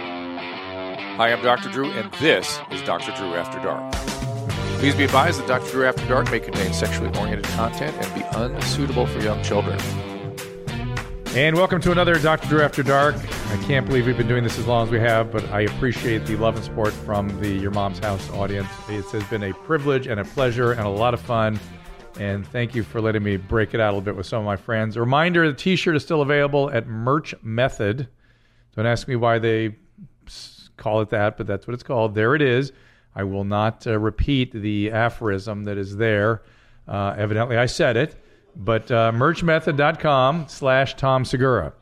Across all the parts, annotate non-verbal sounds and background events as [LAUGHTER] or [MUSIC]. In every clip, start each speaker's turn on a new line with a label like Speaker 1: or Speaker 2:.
Speaker 1: Hi, I'm Dr. Drew, and this is Dr. Drew After Dark. Please be advised that Dr. Drew After Dark may contain sexually oriented content and be unsuitable for young children.
Speaker 2: And welcome to another Dr. Drew After Dark. I can't believe we've been doing this as long as we have, but I appreciate the love and support from the Your Mom's House audience. It has been a privilege and a pleasure and a lot of fun. And thank you for letting me break it out a little bit with some of my friends. A reminder the t shirt is still available at Merch Method. Don't ask me why they s- call it that, but that's what it's called. There it is. I will not uh, repeat the aphorism that is there. Uh, evidently, I said it. But uh, merchmethod.com slash Tom Segura.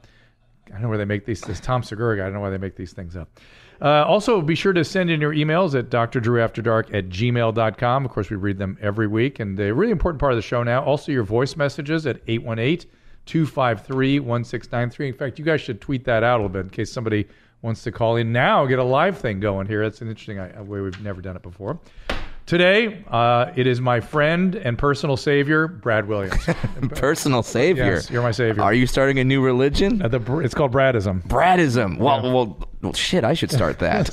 Speaker 2: I don't know where they make these. This Tom Segura guy. I don't know why they make these things up. Uh, also, be sure to send in your emails at drdrewafterdark at gmail.com. Of course, we read them every week. And a really important part of the show now, also your voice messages at 818 253 1693. In fact, you guys should tweet that out a little bit in case somebody wants to call in now, get a live thing going here. That's an interesting uh, way we've never done it before. Today, uh, it is my friend and personal savior,
Speaker 3: [LAUGHS]
Speaker 2: Brad Williams.
Speaker 3: Personal savior.
Speaker 2: Yes, you're my savior.
Speaker 3: Are you starting a new religion?
Speaker 2: Uh, the, br- it's called
Speaker 3: [LAUGHS]
Speaker 2: Bradism.
Speaker 3: Bradism. Well, well, well, shit. I should start
Speaker 2: [LAUGHS]
Speaker 3: that.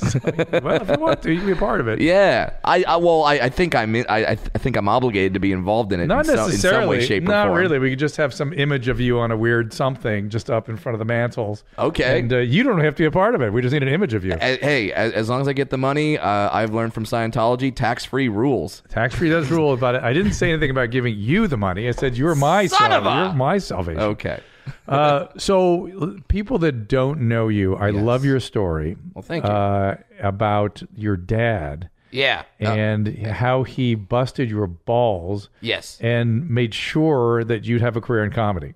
Speaker 2: well, if you want to, you can be a part of it.
Speaker 3: [LAUGHS] yeah. I, I well, I, I think I'm. in- I, I I think I'm obligated to be involved in it.
Speaker 2: Not
Speaker 3: in so- in
Speaker 2: necessarily.
Speaker 3: some way, shape, or
Speaker 2: not
Speaker 3: form.
Speaker 2: really. We could just have some image of you on a weird something just up in front of the mantles.
Speaker 3: Okay.
Speaker 2: And uh, you don't have to be a part of it. We just need an image of
Speaker 3: [LAUGHS]
Speaker 2: you.
Speaker 3: A- Hey, a- as long as I get the money, uh, I've learned from Scientology tax-free rules.
Speaker 2: Tax free does rule about it. I didn't say anything about giving you the money. I said you're my
Speaker 3: Son
Speaker 2: sal-
Speaker 3: of a-
Speaker 2: You're my salvation.
Speaker 3: Okay.
Speaker 2: Uh, so l- people that don't know you, I love your story.
Speaker 3: Well, thank you.
Speaker 2: Uh, about your dad
Speaker 3: Yeah.
Speaker 2: and how he busted your balls
Speaker 3: yes.
Speaker 2: and made sure that you'd have a career in comedy.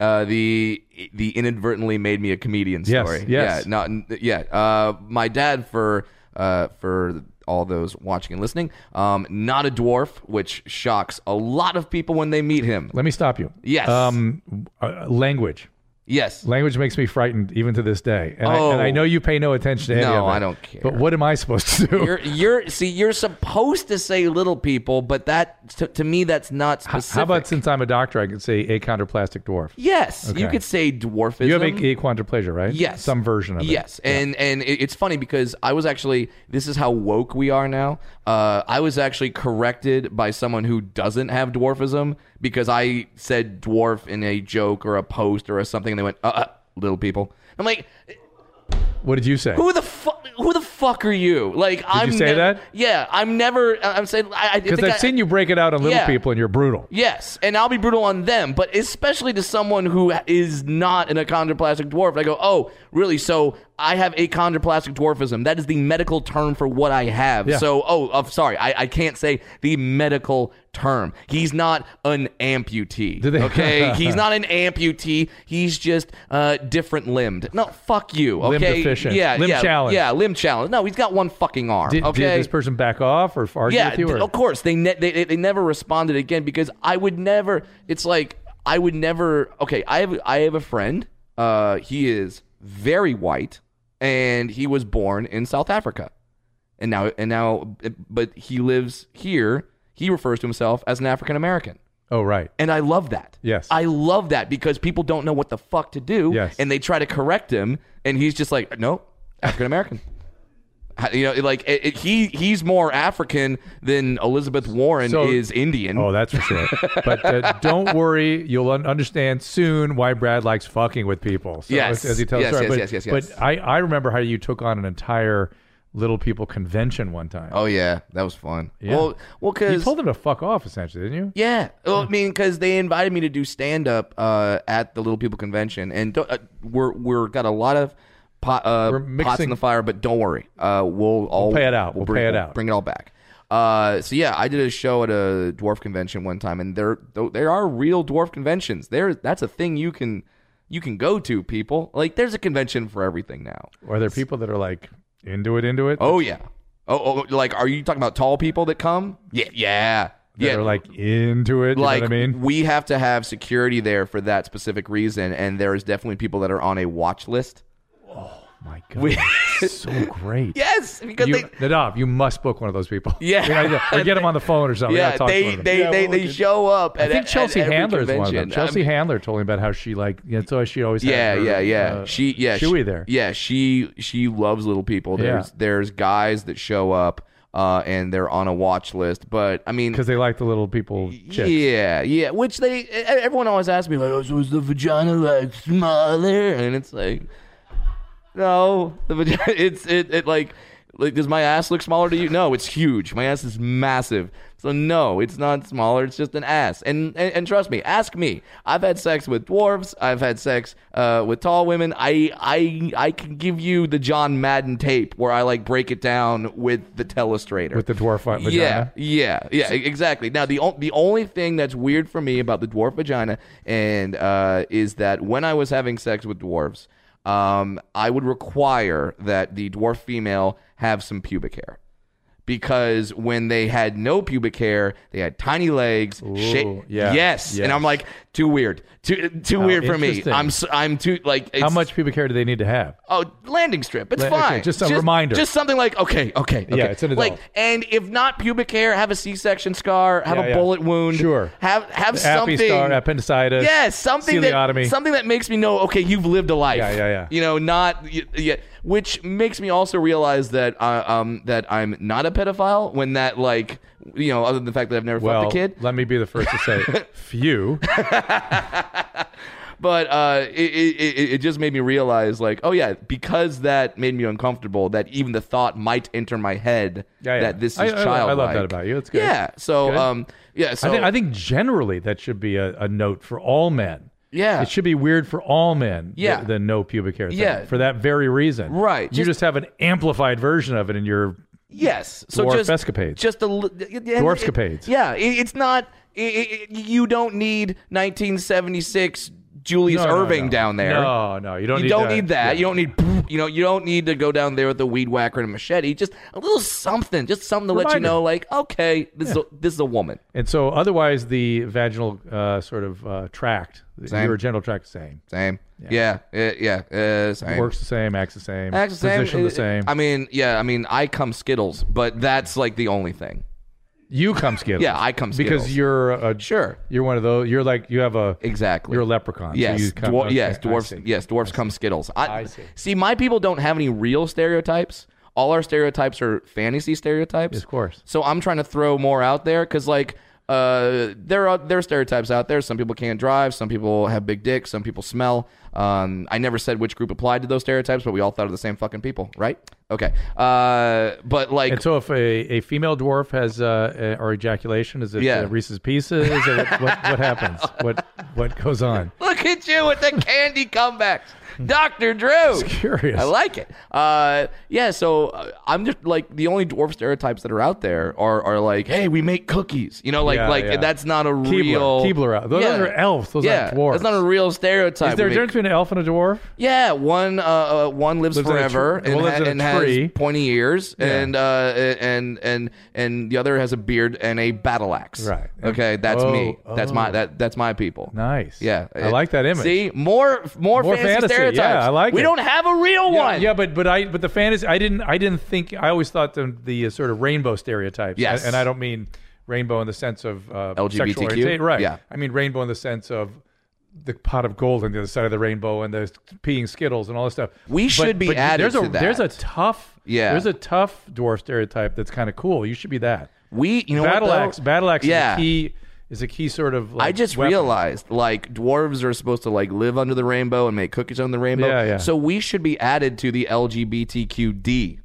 Speaker 3: Uh, the the inadvertently made me a comedian
Speaker 2: Yes,
Speaker 3: story.
Speaker 2: yes.
Speaker 3: Yeah, not yeah. Uh, my dad for uh, for all those watching and listening, um, not a dwarf, which shocks a lot of people when they meet him.
Speaker 2: Let me stop you.
Speaker 3: Yes.
Speaker 2: Um, uh, language.
Speaker 3: Yes.
Speaker 2: Language makes me frightened even to this day. And, I, and I
Speaker 3: Oh.
Speaker 2: know you pay no attention to any
Speaker 3: No,
Speaker 2: of it.
Speaker 3: I don't care.
Speaker 2: But what am I supposed to do?
Speaker 3: You're, you're see you're supposed to say little people, but that to, to me that's not specific.
Speaker 2: [LAUGHS] How about since I'm a doctor, I could say achondroplastic dwarf.
Speaker 3: yes? You
Speaker 2: Okay.
Speaker 3: could say dwarfism.
Speaker 2: You have ac- achondroplasia, right?
Speaker 3: Yes.
Speaker 2: Some version of it.
Speaker 3: Yes, and and it, it's funny because I was actually this is how woke we are now. Uh, I was actually corrected by someone who doesn't have dwarfism because I said dwarf in a joke or a post or a something, and they went, "Uh, uh little people." I'm like,
Speaker 2: What did you say?
Speaker 3: "Who the fuck? Who the fuck are you?" Like, I'm
Speaker 2: you say
Speaker 3: nev-
Speaker 2: that?
Speaker 3: Yeah, I'm never. I- I'm saying I, I
Speaker 2: Because
Speaker 3: think
Speaker 2: I've
Speaker 3: I-
Speaker 2: seen you break it out on little
Speaker 3: Yeah.
Speaker 2: people and you're brutal.
Speaker 3: Yes, and I'll be brutal on them, but especially to someone who is not an achondroplastic dwarf. I go, oh, really? So I have achondroplastic dwarfism. That is the medical term for what I have.
Speaker 2: Yeah.
Speaker 3: So, oh, i sorry, I, I can't say the medical term. He's not an amputee.
Speaker 2: they- [LAUGHS]
Speaker 3: Okay, he's not an amputee. He's just uh, different limbed. No, fuck you. Okay,
Speaker 2: Limb deficient.
Speaker 3: Yeah,
Speaker 2: Limb
Speaker 3: yeah,
Speaker 2: challenged.
Speaker 3: Yeah, limb challenge. No, he's got one fucking arm.
Speaker 2: Did,
Speaker 3: okay,
Speaker 2: did this person back off or argue
Speaker 3: yeah,
Speaker 2: with you?
Speaker 3: th-
Speaker 2: Or?
Speaker 3: of course they, ne- they they they never responded again because I would never. It's like I would never. Okay, I have I have a friend. Uh, he is very white, and he was born in South Africa, and now and now, but he lives here. He refers to himself as an African American.
Speaker 2: Oh, right.
Speaker 3: And I love that.
Speaker 2: Yes.
Speaker 3: I love that because people don't know what the fuck to do.
Speaker 2: Yes.
Speaker 3: And they try to correct him, and he's just like, no, African American. [LAUGHS] How- You know, like it, it- he he's more African than Elizabeth Warren
Speaker 2: So-
Speaker 3: is Indian.
Speaker 2: Oh, that's for sure.
Speaker 3: [LAUGHS]
Speaker 2: but uh, don't worry, you'll un- understand soon why Brad likes fucking with people. So
Speaker 3: Yes.
Speaker 2: as, as he tells
Speaker 3: Yes,
Speaker 2: the story.
Speaker 3: yes,
Speaker 2: but,
Speaker 3: yes, yes, yes.
Speaker 2: But I, I remember how you took on an entire little people convention one time.
Speaker 3: Oh, yeah, that was fun. Well, well,
Speaker 2: you
Speaker 3: because
Speaker 2: told them to fuck off, essentially, didn't you?
Speaker 3: yeah, well, I mean, because they invited me to do stand up uh, at the Little People Convention, and don't, uh, we're we're got a lot of. Pot, uh,
Speaker 2: We're
Speaker 3: pots
Speaker 2: mixing-
Speaker 3: in the fire, but don't worry. Uh, we'll all
Speaker 2: pay it out. We'll
Speaker 3: bring,
Speaker 2: pay it out.
Speaker 3: Bring it all back. Uh, so yeah, I did a show at a dwarf convention one time, and there tho- there are real dwarf conventions. There, that's a thing you can you can go to. People like there's a convention for everything now.
Speaker 2: Are there people that are like into it, into it?
Speaker 3: Oh yeah. Oh, oh like are you talking about tall people that come? Yeah, yeah,
Speaker 2: that
Speaker 3: yeah.
Speaker 2: are like into it. You
Speaker 3: like
Speaker 2: know what I mean?
Speaker 3: we have to have security there for that specific reason, and there is definitely people that are on a watch list.
Speaker 2: My God,
Speaker 3: [LAUGHS]
Speaker 2: that's so great.
Speaker 3: Yes, because
Speaker 2: you,
Speaker 3: they
Speaker 2: Nadav, you must book one of those people.
Speaker 3: Yeah.
Speaker 2: [LAUGHS] You know, or get them on the phone or something. I
Speaker 3: yeah,
Speaker 2: gotta talk to
Speaker 3: they
Speaker 2: one of them.
Speaker 3: they,
Speaker 1: Yeah,
Speaker 3: they,
Speaker 1: well,
Speaker 3: they
Speaker 1: we could-
Speaker 3: show up. At,
Speaker 2: I think
Speaker 3: at-
Speaker 2: Chelsea
Speaker 3: at every
Speaker 2: Handler is one of them.
Speaker 3: convention. I
Speaker 2: Chelsea
Speaker 3: mean-
Speaker 2: Handler told me about how she like that's why she always had
Speaker 3: yeah,
Speaker 2: her,
Speaker 3: yeah, yeah.
Speaker 2: uh,
Speaker 3: she yeah,
Speaker 2: Chewy
Speaker 3: she,
Speaker 2: there.
Speaker 3: Yeah, she she loves little people.
Speaker 2: Yeah.
Speaker 3: There's there's guys that show up uh, and they're on a watch list, but I mean
Speaker 2: because they like the little people chicks.
Speaker 3: Yeah, yeah. Which they e- everyone always asks me like, oh, so is the vagina like smaller? And it's like, no, the vagina. [LAUGHS] It's it it like like does my ass look smaller to you? No, it's huge. My ass is massive. So no, it's not smaller. It's just an ass. And and, and trust me, ask me. I've had sex with dwarves. I've had sex uh, with tall women. I I I can give you the John Madden tape where I like break it down with the telestrator
Speaker 2: With the dwarf vi- vagina.
Speaker 3: yeah, yeah, yeah, exactly. Now the o- the only thing that's weird for me about the dwarf vagina and uh, is that when I was having sex with dwarves, um, I would require that the dwarf female have some pubic hair. Because when they had no pubic hair, they had tiny legs. sha-
Speaker 2: yeah,
Speaker 3: yes.
Speaker 2: yes.
Speaker 3: and I'm like, too weird, too too weird for me.
Speaker 2: interesting.
Speaker 3: I'm s- I'm too like. It's,
Speaker 2: How much pubic hair do they need to have?
Speaker 3: Oh, landing strip. It's
Speaker 2: Land- okay,
Speaker 3: fine.
Speaker 2: just a reminder.
Speaker 3: Just something like okay, okay, okay.
Speaker 2: Yeah, it's an adult.
Speaker 3: Like, and if not pubic hair, have a C-section scar, have
Speaker 2: Yeah,
Speaker 3: a
Speaker 2: yeah.
Speaker 3: bullet wound.
Speaker 2: Sure.
Speaker 3: Have have something.
Speaker 2: Happy star, appendicitis.
Speaker 3: Yes, something that
Speaker 2: Celiotomy.
Speaker 3: something that makes me know. Okay, you've lived a life.
Speaker 2: Yeah, yeah, yeah.
Speaker 3: You know, not y- yeah, which makes me also realize that uh, um that I'm not a pedophile. When that like you know, other than the fact that I've never
Speaker 2: Well,
Speaker 3: fucked a kid,
Speaker 2: let me be the first
Speaker 3: [LAUGHS]
Speaker 2: to say, few.
Speaker 3: but uh, it, it, it- it just made me realize like oh yeah because that made me uncomfortable that even the thought might enter my head
Speaker 2: Yeah, yeah.
Speaker 3: that this is
Speaker 2: I- I- I love
Speaker 3: childlike.
Speaker 2: that about you. It's good.
Speaker 3: yeah so
Speaker 2: Good.
Speaker 3: um yeah so
Speaker 2: I, think, I think generally that should be a, a note for all men.
Speaker 3: Yeah.
Speaker 2: It should be weird for all men. the-
Speaker 3: Yeah.
Speaker 2: The, no pubic hair thing.
Speaker 3: Yeah.
Speaker 2: For that very reason.
Speaker 3: Right,
Speaker 2: you
Speaker 3: just-
Speaker 2: just have an amplified version of it in your
Speaker 3: yes so
Speaker 2: dwarf
Speaker 3: just
Speaker 2: escapades.
Speaker 3: just a li- yeah, yeah,
Speaker 2: Dwarfscapades.
Speaker 3: it- yeah it, it's not it, it, it- you don't need 1976 Julius
Speaker 2: No, no,
Speaker 3: Irving
Speaker 2: no.
Speaker 3: down there
Speaker 2: No, no, you don't
Speaker 3: you
Speaker 2: need
Speaker 3: don't
Speaker 2: that.
Speaker 3: need that.
Speaker 2: Yeah.
Speaker 3: You don't need you know you don't need to go down there with a weed whacker and a machete. Just a little something, just something to let you
Speaker 2: Reminder.
Speaker 3: know, like okay, this is a, this is a woman.
Speaker 2: And so, otherwise, the vaginal uh, sort of uh, tract, the
Speaker 3: Same.
Speaker 2: urogenital tract, same.
Speaker 3: Same. Yeah. Yeah. Yeah. Uh, same.
Speaker 2: Works the same, acts the same,
Speaker 3: Acts the same. uh,
Speaker 2: position the same.
Speaker 3: I mean, yeah. I mean, I come Skittles, but that's like the only thing.
Speaker 2: you come Skittles.
Speaker 3: Yeah, I come
Speaker 2: because
Speaker 3: Skittles.
Speaker 2: you're a,
Speaker 3: Sure.
Speaker 2: You're one of those. You're like you have a
Speaker 3: Exactly.
Speaker 2: You're a leprechaun. so
Speaker 3: Yes.
Speaker 2: you come-
Speaker 3: Dwar-
Speaker 2: okay,
Speaker 3: yes.
Speaker 2: I
Speaker 3: Dwarfs.
Speaker 2: see.
Speaker 3: Yes. Dwarfs come Skittles. I,
Speaker 2: I see.
Speaker 3: See, my people don't have any real stereotypes. All our stereotypes are fantasy stereotypes.
Speaker 2: Of course.
Speaker 3: So I'm trying to throw more out there because like uh, there are there are stereotypes out there. Some people can't drive. Some people have big dicks. Some people smell. Um, I never said which group applied to those stereotypes, but we all thought of the same fucking people, right? Okay. Uh, but like
Speaker 2: And so, if a, a female dwarf has uh, uh, or ejaculation, is it
Speaker 3: Yeah.
Speaker 2: uh, Reese's Pieces? or what, what, what happens? What what
Speaker 3: [LAUGHS]
Speaker 2: goes on?
Speaker 3: Look at you with the candy comebacks, Doctor
Speaker 2: [LAUGHS]
Speaker 3: Drew.
Speaker 2: curious.
Speaker 3: I like it. Uh, yeah, so uh, I'm just like the only dwarf stereotypes that are out there are, are like, hey, we make cookies. You know, like
Speaker 2: Yeah,
Speaker 3: like
Speaker 2: yeah.
Speaker 3: that's not a
Speaker 2: Keebler.
Speaker 3: real
Speaker 2: Keebler out. Those- those are elves. Those
Speaker 3: yeah,
Speaker 2: aren't dwarves.
Speaker 3: That's not a real stereotype.
Speaker 2: Is there a
Speaker 3: We make
Speaker 2: difference between an elf and a dwarf?
Speaker 3: yeah, one uh, uh, one lives,
Speaker 2: Lives in a
Speaker 3: forever
Speaker 2: tr-
Speaker 3: and,
Speaker 2: one lives
Speaker 3: ha-
Speaker 2: in a
Speaker 3: and has
Speaker 2: tree.
Speaker 3: pointy ears, and uh, and and and the other has a beard and a battle axe.
Speaker 2: Right.
Speaker 3: Okay, that's
Speaker 2: Oh,
Speaker 3: me. That's my
Speaker 2: oh.
Speaker 3: that that's my people.
Speaker 2: Nice.
Speaker 3: Yeah,
Speaker 2: I like that image.
Speaker 3: See, more more,
Speaker 2: More
Speaker 3: fantasy,
Speaker 2: fantasy.
Speaker 3: stereotypes.
Speaker 2: Yeah, I like
Speaker 3: We
Speaker 2: it.
Speaker 3: don't have a real
Speaker 2: Yeah,
Speaker 3: one.
Speaker 2: Yeah, but but I but the fantasy I didn't I didn't think I always thought the the uh, sort of rainbow stereotypes.
Speaker 3: Yes.
Speaker 2: and, and I don't mean rainbow in the sense of uh, sexual
Speaker 3: LGBTQ?
Speaker 2: orientation. Right.
Speaker 3: Yeah.
Speaker 2: I mean rainbow in the sense of the pot of gold on the other side of the rainbow and the peeing skittles and all this stuff.
Speaker 3: We should be added
Speaker 2: there's a,
Speaker 3: to that.
Speaker 2: There's a tough
Speaker 3: Yeah.
Speaker 2: There's a tough dwarf stereotype that's kind of cool. You should be that.
Speaker 3: We you know
Speaker 2: battle
Speaker 3: what, though?
Speaker 2: axe. Battle axe
Speaker 3: Yeah.
Speaker 2: is a key is a key sort of. Like
Speaker 3: I just
Speaker 2: weapon.
Speaker 3: realized like dwarves are supposed to like live under the rainbow and make cookies on the rainbow.
Speaker 2: Yeah, yeah.
Speaker 3: So we should be added to the LGBTQD.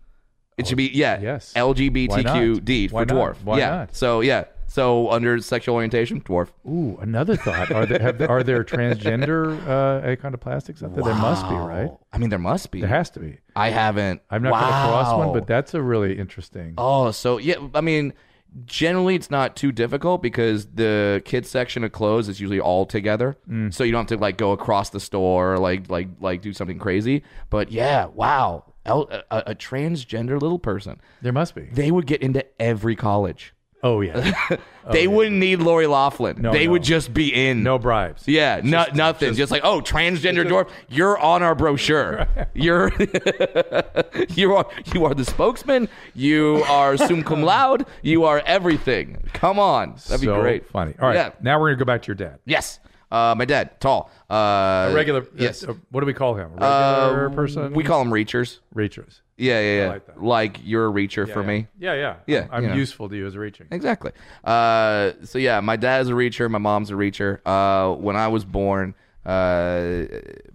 Speaker 3: It should be yeah.
Speaker 2: Oh, yes.
Speaker 3: LGBTQD
Speaker 2: Why
Speaker 3: for
Speaker 2: not? Why
Speaker 3: dwarf.
Speaker 2: not? Why
Speaker 3: yeah.
Speaker 2: not?
Speaker 3: So yeah. So under sexual orientation, dwarf.
Speaker 2: Ooh, another thought. Are there have, are
Speaker 3: [LAUGHS]
Speaker 2: there transgender uh, achondoplastics out there? There must be, right?
Speaker 3: Oh, I mean, there must be.
Speaker 2: There has to be.
Speaker 3: I haven't.
Speaker 2: I'm not going to cross one,
Speaker 3: Wow.
Speaker 2: but that's a really interesting.
Speaker 3: Oh, so yeah, I mean, generally it's not too difficult because the kids section of clothes is usually all together,
Speaker 2: Mm.
Speaker 3: so you don't have to like go across the store, or, like like like do something crazy. But yeah, wow, El- a, a- a transgender little person,
Speaker 2: There must be.
Speaker 3: they would get into every college.
Speaker 2: Oh yeah,
Speaker 3: [LAUGHS] they wouldn't need Lori Laughlin.
Speaker 2: No,
Speaker 3: they
Speaker 2: no.
Speaker 3: would just be in.
Speaker 2: no bribes.
Speaker 3: Yeah, no, nothing. Just, like, oh,
Speaker 2: [LAUGHS]
Speaker 3: transgender dwarf, you're on our brochure. You're [LAUGHS] you are you are the spokesman. You are sum
Speaker 2: [LAUGHS]
Speaker 3: cum laude. You are everything. Come on, that'd be
Speaker 2: So
Speaker 3: great.
Speaker 2: Funny. All right,
Speaker 3: Yeah.
Speaker 2: now we're gonna go back to your dad.
Speaker 3: Yes. Uh, my dad, tall. Uh,
Speaker 2: A regular.
Speaker 3: Yes. Uh, Um,
Speaker 2: uh, what do we call him? A regular person.
Speaker 3: we call them reachers.
Speaker 2: reachers.
Speaker 3: Yeah, yeah, yeah.
Speaker 2: like
Speaker 3: Like,
Speaker 2: that.
Speaker 3: you're a reacher for
Speaker 2: yeah.
Speaker 3: me.
Speaker 2: Yeah, yeah.
Speaker 3: Yeah,
Speaker 2: I'm
Speaker 3: you know.
Speaker 2: useful to you as reaching.
Speaker 3: Exactly. Uh, so yeah, my dad's a reacher. My mom's a reacher. Uh, when I was born, uh,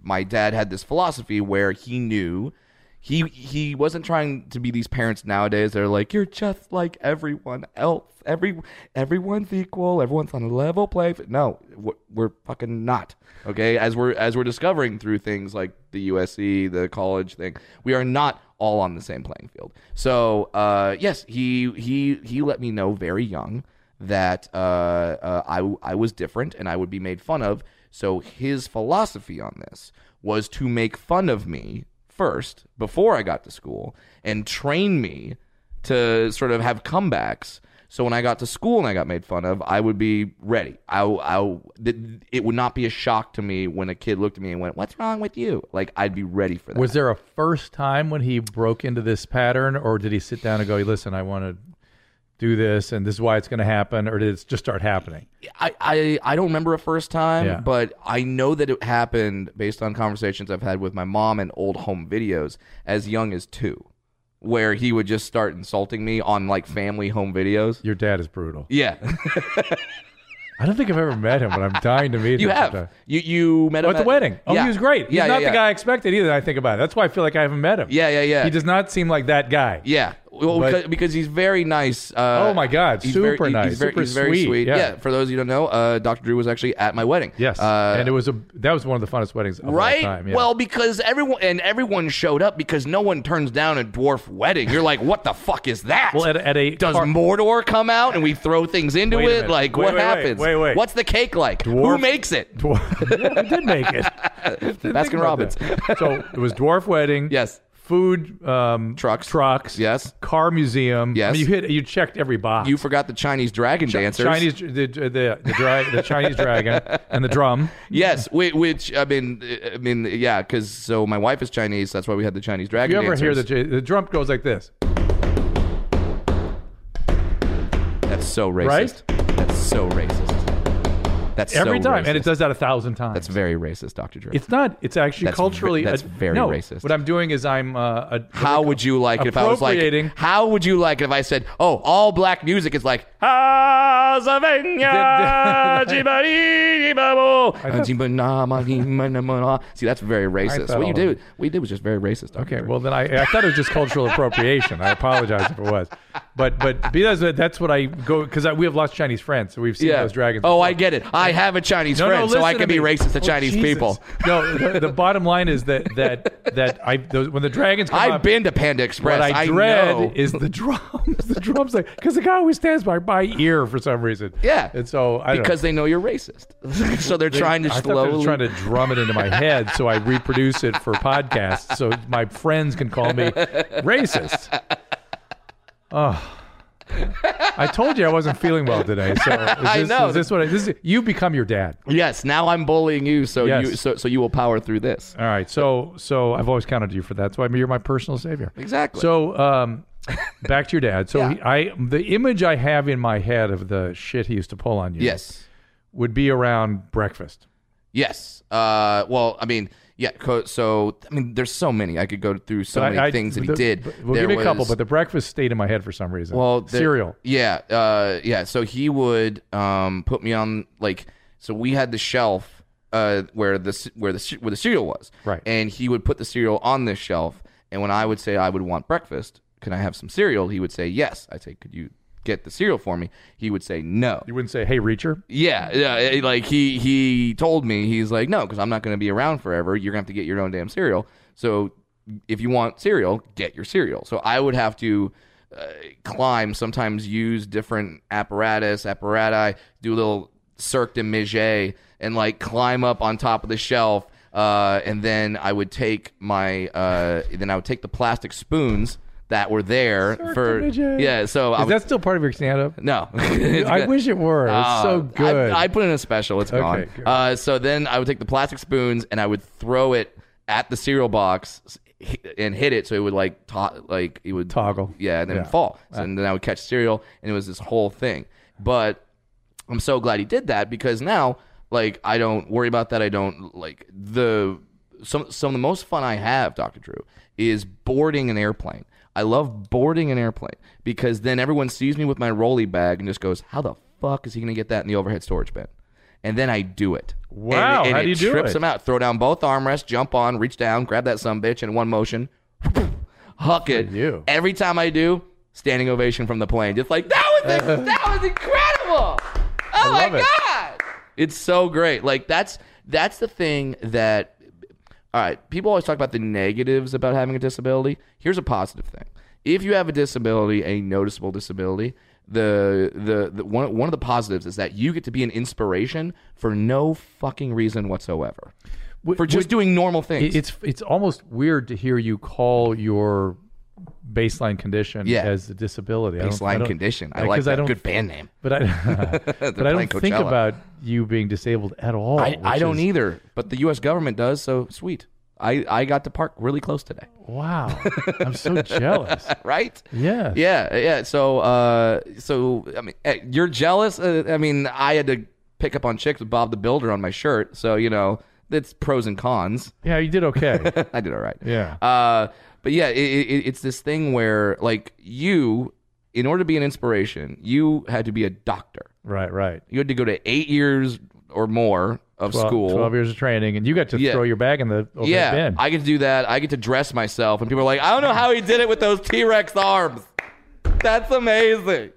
Speaker 3: my dad had this philosophy where he knew he he wasn't trying to be these parents nowadays. They're like, you're just like everyone else. Every everyone's equal. Everyone's on a level play. fi-" No, we're, we're fucking not. Okay, as we're as we're discovering through things like the USC, the college thing, we are not all on the same playing field. So uh, yes, he he he let me know very young that uh, uh, I I was different and I would be made fun of. So his philosophy on this was to make fun of me first before I got to school and train me to sort of have comebacks. So when I got to school and I got made fun of, I would be ready. I, I, th- it would not be a shock to me when a kid looked at me and went, "What's wrong with you?" Like I'd be ready for that.
Speaker 2: Was there a first time when he broke into this pattern, or did he sit down and go, "Listen, I want to do this, and this is why it's going to happen," or did it just start happening?
Speaker 3: I, I, I don't remember a first time,
Speaker 2: Yeah.
Speaker 3: but I know that it happened based on conversations I've had with my mom and old home videos as young as two, where he would just start insulting me on like family home videos.
Speaker 2: Your dad is brutal.
Speaker 3: Yeah,
Speaker 2: [LAUGHS] I don't think I've ever met him, but I'm dying to meet
Speaker 3: you
Speaker 2: him.
Speaker 3: have.
Speaker 2: sometime.
Speaker 3: You you met him
Speaker 2: Oh, at the wedding. Oh,
Speaker 3: yeah.
Speaker 2: he was great. He's
Speaker 3: yeah,
Speaker 2: not
Speaker 3: yeah,
Speaker 2: the
Speaker 3: yeah.
Speaker 2: guy I expected either. I think about it. That's why I feel like I haven't met him.
Speaker 3: Yeah, yeah, yeah.
Speaker 2: He does not seem like that guy.
Speaker 3: Yeah, well,
Speaker 2: But-
Speaker 3: because, because he's very nice. Uh,
Speaker 2: Oh my God,
Speaker 3: he's
Speaker 2: super
Speaker 3: he-
Speaker 2: nice,
Speaker 3: He's very,
Speaker 2: super
Speaker 3: he's very
Speaker 2: sweet,
Speaker 3: sweet.
Speaker 2: yeah.
Speaker 3: Yeah. for those of you who don't know, uh, Dr. Drew was actually at my wedding.
Speaker 2: Yes.
Speaker 3: uh,
Speaker 2: and it was a that was one of the funnest weddings of all
Speaker 3: right.
Speaker 2: time. yeah.
Speaker 3: Well, because everyone and everyone showed up because no one turns down a dwarf wedding. You're like, what the fuck is that?
Speaker 2: Well, at, at a
Speaker 3: does
Speaker 2: [LAUGHS] car-
Speaker 3: Mordor come out and we throw things into
Speaker 2: Wait a
Speaker 3: it?
Speaker 2: minute.
Speaker 3: Like
Speaker 2: Wait,
Speaker 3: what
Speaker 2: wait, wait,
Speaker 3: happens?
Speaker 2: wait, wait.
Speaker 3: What's the cake like? Who
Speaker 2: Dwarf-
Speaker 3: makes it?
Speaker 2: Dwar- yeah, we did make
Speaker 3: [LAUGHS]
Speaker 2: it. Didn't
Speaker 3: Baskin
Speaker 2: think about
Speaker 3: Robbins.
Speaker 2: that. so it was dwarf wedding.
Speaker 3: Yes.
Speaker 2: Food um,
Speaker 3: Trucks.
Speaker 2: Trucks.
Speaker 3: Yes.
Speaker 2: Car museum. I
Speaker 3: Yes.
Speaker 2: mean, you hit. You checked every box.
Speaker 3: You forgot the Chinese dragon dancers.
Speaker 2: Chinese the the the, dra- the Chinese dragon and the
Speaker 3: [LAUGHS]
Speaker 2: drum.
Speaker 3: Yes, whi- which I mean, uh, I mean, yeah, because so my wife is Chinese. That's why we had the Chinese dragon.
Speaker 2: You ever hear
Speaker 3: dancers.
Speaker 2: the J- the drum goes like this,
Speaker 3: That's so racist.
Speaker 2: Right?
Speaker 3: That's so racist. That's
Speaker 2: every
Speaker 3: so
Speaker 2: time,
Speaker 3: racist.
Speaker 2: and it does that a thousand times.
Speaker 3: That's very racist, Doctor Dre.
Speaker 2: It's not. It's actually
Speaker 3: That's ve-
Speaker 2: culturally.
Speaker 3: that's
Speaker 2: uh,
Speaker 3: very
Speaker 2: no,
Speaker 3: racist.
Speaker 2: What I'm doing is I'm uh, a,
Speaker 3: [LAUGHS] how would you like it if I was
Speaker 2: Appropriating.
Speaker 3: like? How would you like it if I said, "Oh, all black music is like
Speaker 2: I [LAUGHS]
Speaker 3: Hazavenya,
Speaker 2: thought-
Speaker 3: Uh, Jibari, See, that's very racist.
Speaker 2: thought
Speaker 3: What you
Speaker 2: all-
Speaker 3: did, what you did was just very racist. Dr.
Speaker 2: Okay,
Speaker 3: Dre.
Speaker 2: well then I, I thought it was just cultural appropriation. I apologize if it was, but but because of- that's what I go because we have lots of Chinese friends, so we've seen
Speaker 3: yeah.
Speaker 2: those dragons.
Speaker 3: oh,
Speaker 2: before.
Speaker 3: I get it. I have a Chinese friend, so I
Speaker 2: listen
Speaker 3: can
Speaker 2: to
Speaker 3: be
Speaker 2: me.
Speaker 3: racist to
Speaker 2: Oh,
Speaker 3: Chinese
Speaker 2: Jesus.
Speaker 3: people.
Speaker 2: No, the, the bottom line is that that that I those, when the dragons come
Speaker 3: I've
Speaker 2: up,
Speaker 3: been to Panda Express.
Speaker 2: what I, dread
Speaker 3: know.
Speaker 2: is the [LAUGHS] drums. The drums, like because the guy always stands by my ear for some reason.
Speaker 3: Yeah.
Speaker 2: and so I don't know.
Speaker 3: because they know you're racist, [LAUGHS] so they're trying to
Speaker 2: I thought they
Speaker 3: slowly.
Speaker 2: were trying to drum it into my head so I reproduce it for podcasts so my friends can call me racist. Oh. I told you I wasn't feeling well today. So is
Speaker 3: [LAUGHS]
Speaker 2: this,
Speaker 3: I know.
Speaker 2: Is this what I, this is, you become your dad.
Speaker 3: yes, now I'm bullying you, so
Speaker 2: Yes.
Speaker 3: you so, so you will power through this.
Speaker 2: All right. So so I've always counted you for that. So I mean, you're my personal savior.
Speaker 3: Exactly.
Speaker 2: So um, back to your dad.
Speaker 3: [LAUGHS]
Speaker 2: So
Speaker 3: Yeah.
Speaker 2: he, I the image I have in my head of the shit he used to pull on you
Speaker 3: yes,
Speaker 2: would be around breakfast.
Speaker 3: yes. Uh, well, I mean, yeah. Co- so I mean, there's so many. I could go through so many
Speaker 2: I- I-
Speaker 3: things that
Speaker 2: the-
Speaker 3: he did.
Speaker 2: but- We'll
Speaker 3: There
Speaker 2: give you a couple,
Speaker 3: was-
Speaker 2: but the breakfast stayed in my head for some reason.
Speaker 3: Well, the-
Speaker 2: cereal.
Speaker 3: Yeah, uh, yeah. So he would um, put me on like. So we had the shelf uh, where the c- where the c- where the cereal was.
Speaker 2: Right.
Speaker 3: And he would put the cereal on this shelf, and when I would say I would want breakfast, can I have some cereal? He would say yes. I would say, could you get the cereal for me? He would say no.
Speaker 2: You wouldn't say, "Hey, Reacher."
Speaker 3: Yeah, yeah. it- Like he he told me he's like, no, because I'm not going to be around forever. You're gonna have to get your own damn cereal. So if you want cereal, get your cereal. So I would have to uh, climb, sometimes use different apparatus, apparati, do a little Cirque de Mige, and like climb up on top of the shelf. Uh, and then I would take my uh, then I would take the plastic spoons that were there for
Speaker 2: Vigil.
Speaker 3: yeah. So I
Speaker 2: Is
Speaker 3: was,
Speaker 2: that still part of your stand-up?
Speaker 3: no, [LAUGHS]
Speaker 2: I wish it were. It's so
Speaker 3: Uh, I-
Speaker 2: good.
Speaker 3: I, put in a special. It's gone.
Speaker 2: good.
Speaker 3: Uh, so then I would take the plastic spoons and I would throw it at the cereal box s- hi- and hit it so it would like to- like it would
Speaker 2: Toggle.
Speaker 3: Yeah, and then
Speaker 2: Yeah.
Speaker 3: fall. So, and then I would catch cereal, and it was this whole thing. But I'm so glad he did that because now, like, I don't worry about that. I don't like the some some of the most fun I have, Doctor Drew, is boarding an airplane. I love boarding an airplane because then everyone sees me with my rolly bag and just goes, "How the fuck is he gonna get that in the overhead storage bin?" And then I do it. And-
Speaker 2: Wow,
Speaker 3: And,
Speaker 2: how
Speaker 3: it
Speaker 2: do you do
Speaker 3: trips
Speaker 2: it?
Speaker 3: him out. Throw down both armrests, jump on, reach down, grab that some bitch in one motion, [LAUGHS] huck it.
Speaker 2: you.
Speaker 3: Every time I do, standing ovation from the plane. Just like that
Speaker 2: [LAUGHS]
Speaker 3: was that was incredible. Oh my
Speaker 2: love it.
Speaker 3: god. It's so great. Like that's that's the thing that all right, people always talk about the negatives about having a disability. Here's a positive thing. If you have a disability, a noticeable disability, the the, the one one of the positives is that you get to be an inspiration for no fucking reason whatsoever.
Speaker 2: Would-
Speaker 3: for just
Speaker 2: would-
Speaker 3: doing normal things.
Speaker 2: It- It's it's almost weird to hear you call your baseline condition
Speaker 3: Yeah.
Speaker 2: as a disability. I don't- I
Speaker 3: baseline
Speaker 2: don't-
Speaker 3: condition. I
Speaker 2: uh,
Speaker 3: like
Speaker 2: 'cause I
Speaker 3: that.
Speaker 2: don't-
Speaker 3: Good band name.
Speaker 2: [LAUGHS]
Speaker 3: [LAUGHS]
Speaker 2: But I, but I
Speaker 3: playing
Speaker 2: don't think
Speaker 3: Coachella.
Speaker 2: about you being disabled at all.
Speaker 3: I, I
Speaker 2: which
Speaker 3: don't
Speaker 2: is-
Speaker 3: either, Oh, but the U.S. government does, so sweet. I, I got to park really close today, [LAUGHS]
Speaker 2: Wow, I'm so jealous.
Speaker 3: right?
Speaker 2: Yeah.
Speaker 3: Yeah, yeah. So, uh, so I mean, eh, you're jealous. Uh, I mean, I had to pick up on chicks with Bob the Builder on my shirt, so you know, it's pros and cons. [LAUGHS]
Speaker 2: Yeah, you did okay.
Speaker 3: I did all right.
Speaker 2: Yeah.
Speaker 3: Uh, but yeah, it, it, it's this thing where like you, in order to be an inspiration, you had to be a doctor.
Speaker 2: right, right.
Speaker 3: You had to go to eight years or more of
Speaker 2: Well,
Speaker 3: school.
Speaker 2: Twelve years of training, and you got to
Speaker 3: Yeah.
Speaker 2: throw your bag in the over
Speaker 3: yeah,
Speaker 2: bin.
Speaker 3: I get to do that. I get to dress myself, and people are like, "I don't know how he did it with those T Rex arms." That's amazing.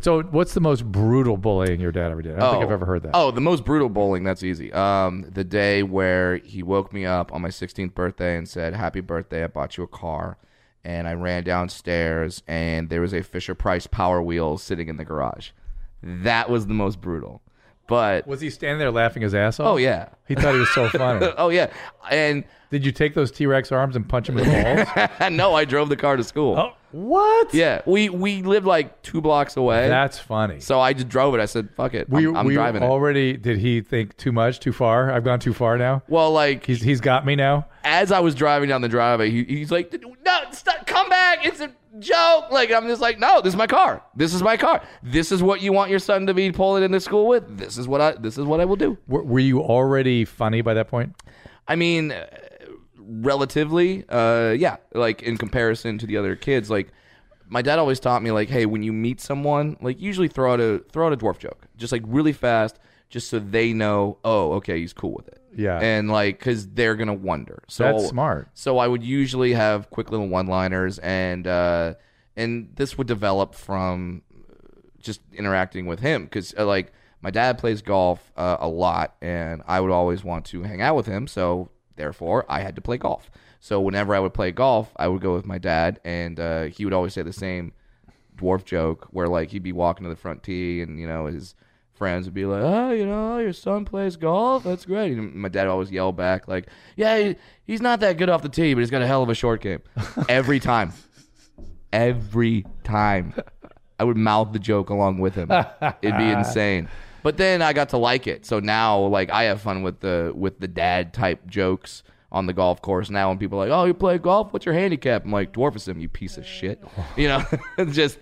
Speaker 2: so, what's the most brutal bullying your dad ever did? I don't think I've ever heard that.
Speaker 3: Oh, the most brutal bowling. That's easy. Um, the day where he woke me up on my 16th birthday and said, "Happy birthday! I bought you a car," and I ran downstairs and there was a Fisher Price Power Wheel sitting in the garage. That was the most brutal. But
Speaker 2: Was he standing there laughing his ass off?
Speaker 3: oh yeah,
Speaker 2: He thought he was
Speaker 3: [LAUGHS]
Speaker 2: so funny.
Speaker 3: oh yeah, and [LAUGHS]
Speaker 2: Did you take those T Rex arms and punch him in the balls?
Speaker 3: no, I drove the car to school.
Speaker 2: oh, what?
Speaker 3: Yeah, we we lived like two blocks away.
Speaker 2: That's funny.
Speaker 3: So I just drove it. I said, "Fuck it,
Speaker 2: we
Speaker 3: I'm, I'm
Speaker 2: we
Speaker 3: driving it."
Speaker 2: already did he think too much, too far? I've gone too far now.
Speaker 3: Well, like
Speaker 2: He's he's got me now.
Speaker 3: as I was driving down the driveway, he, he's like, "No, stop, come back! It's a joke!" Like I'm just like, "No, this is my car. This is my car. This is what you want your son to be pulling into school with. This is what I. This is what I will do."
Speaker 2: Were, were you already funny by that point?
Speaker 3: I mean, uh, relatively, uh, yeah. Like in comparison to the other kids, like my dad always taught me, like, hey, when you meet someone, like usually throw out a throw out a dwarf joke, just like really fast, just so they know, oh, okay, he's cool with it.
Speaker 2: Yeah.
Speaker 3: and like because they're gonna wonder. So
Speaker 2: That's smart.
Speaker 3: So I would usually have quick little one-liners, and uh, and this would develop from just interacting with him because uh, like my dad plays golf uh, a lot and i would always want to hang out with him so therefore i had to play golf so whenever i would play golf i would go with my dad and uh, he would always say the same dwarf joke where like he'd be walking to the front tee and you know his friends would be like oh you know your son plays golf that's great and my dad would always yell back like yeah he, he's not that good off the tee but he's got a hell of a short game every time every time. I would mouth the joke along with him. It'd be insane. But then I got to like it. So now like I have fun with the with the dad type jokes on the golf course now when people are like, Oh, you play golf? What's your handicap? I'm like, dwarfism, you piece of shit. You know? [LAUGHS] just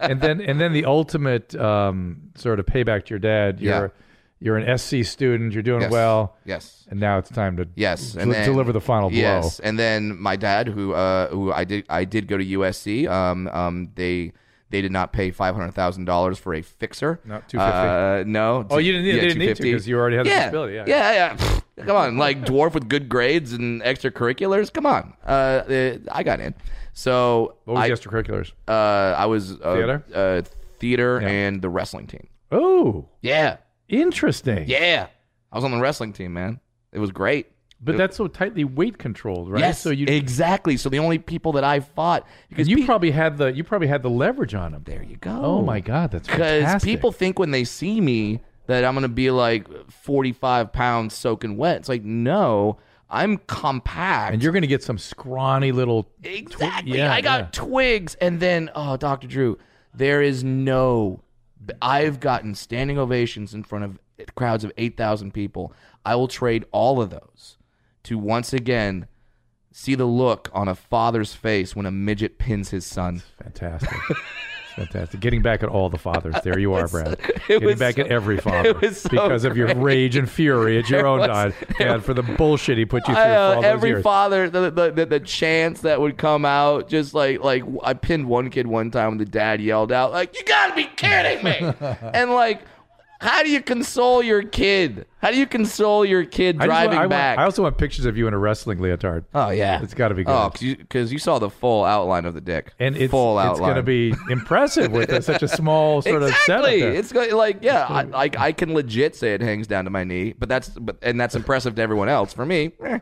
Speaker 2: and then and then the ultimate um, sort of payback to your dad. You're you're an SC student. You're doing
Speaker 3: Yes.
Speaker 2: well,
Speaker 3: Yes.
Speaker 2: and now it's time to
Speaker 3: Yes,
Speaker 2: del-
Speaker 3: and then-
Speaker 2: deliver the final blow.
Speaker 3: Yes, and then my dad, who uh, who I did I did go to USC. Um, um, they they did not pay five hundred thousand dollars for a fixer.
Speaker 2: No, 250.
Speaker 3: Uh, no.
Speaker 2: Oh, you didn't- they didn't need to
Speaker 3: 250.
Speaker 2: 'cause you already had the
Speaker 3: yeah.
Speaker 2: disability, yeah.
Speaker 3: yeah, yeah. [LAUGHS] Pfft, Come on, like dwarf with good grades and extracurriculars. Come on, uh, uh, I got in. So
Speaker 2: What was
Speaker 3: I
Speaker 2: the extracurriculars?
Speaker 3: uh, I was uh,
Speaker 2: Theater?
Speaker 3: uh, theater, and the wrestling team.
Speaker 2: Oh,
Speaker 3: Yeah,
Speaker 2: interesting.
Speaker 3: yeah. I was on the wrestling team, man. It was great.
Speaker 2: But that's so tightly weight controlled, right?
Speaker 3: Yes,
Speaker 2: So you
Speaker 3: exactly. So the only people that I fought because
Speaker 2: you
Speaker 3: pe-
Speaker 2: probably had the you probably had the leverage on him.
Speaker 3: there you go.
Speaker 2: Oh my God, that's
Speaker 3: Because
Speaker 2: fantastic.
Speaker 3: people think when they see me that I'm gonna be like 45 pounds soaking wet. It's like no, I'm compact.
Speaker 2: And you're going to get some scrawny little.
Speaker 3: Exactly.
Speaker 2: yeah,
Speaker 3: I got
Speaker 2: yeah.
Speaker 3: twigs, and then oh, Doctor Drew, there is no. I've gotten standing ovations in front of crowds of eight thousand people. I will trade all of those to once again see the look on a father's face when a midget pins his son.
Speaker 2: Fantastic.
Speaker 3: [LAUGHS]
Speaker 2: Fantastic. Getting back at all the fathers. There you are, Brad.
Speaker 3: was
Speaker 2: Getting back at
Speaker 3: so-
Speaker 2: every father
Speaker 3: was so
Speaker 2: because of your rage and
Speaker 3: [LAUGHS]
Speaker 2: fury at your own
Speaker 3: was-
Speaker 2: dad, dad for the bullshit he put you through
Speaker 3: I, uh,
Speaker 2: for all those
Speaker 3: every
Speaker 2: years.
Speaker 3: father, the, the the the chants that would come out, just like like I pinned one kid one time, and the dad yelled out like, "You gotta be kidding
Speaker 2: [LAUGHS]
Speaker 3: me!" and like, how do you console your kid? How do you console your kid
Speaker 2: I just want-
Speaker 3: driving
Speaker 2: I want-
Speaker 3: back?
Speaker 2: I also want pictures of you in a wrestling leotard.
Speaker 3: oh yeah,
Speaker 2: It's got to be good.
Speaker 3: Oh, because you, saw the full outline of the dick,
Speaker 2: and it's,
Speaker 3: full
Speaker 2: it's
Speaker 3: outline.
Speaker 2: going
Speaker 3: [LAUGHS]
Speaker 2: to be impressive with such a small sort of setup.
Speaker 3: exactly.
Speaker 2: there.
Speaker 3: It's going like yeah, I, like I can legit say it hangs down to my knee, but that's but and that's impressive to everyone else. For me, eh,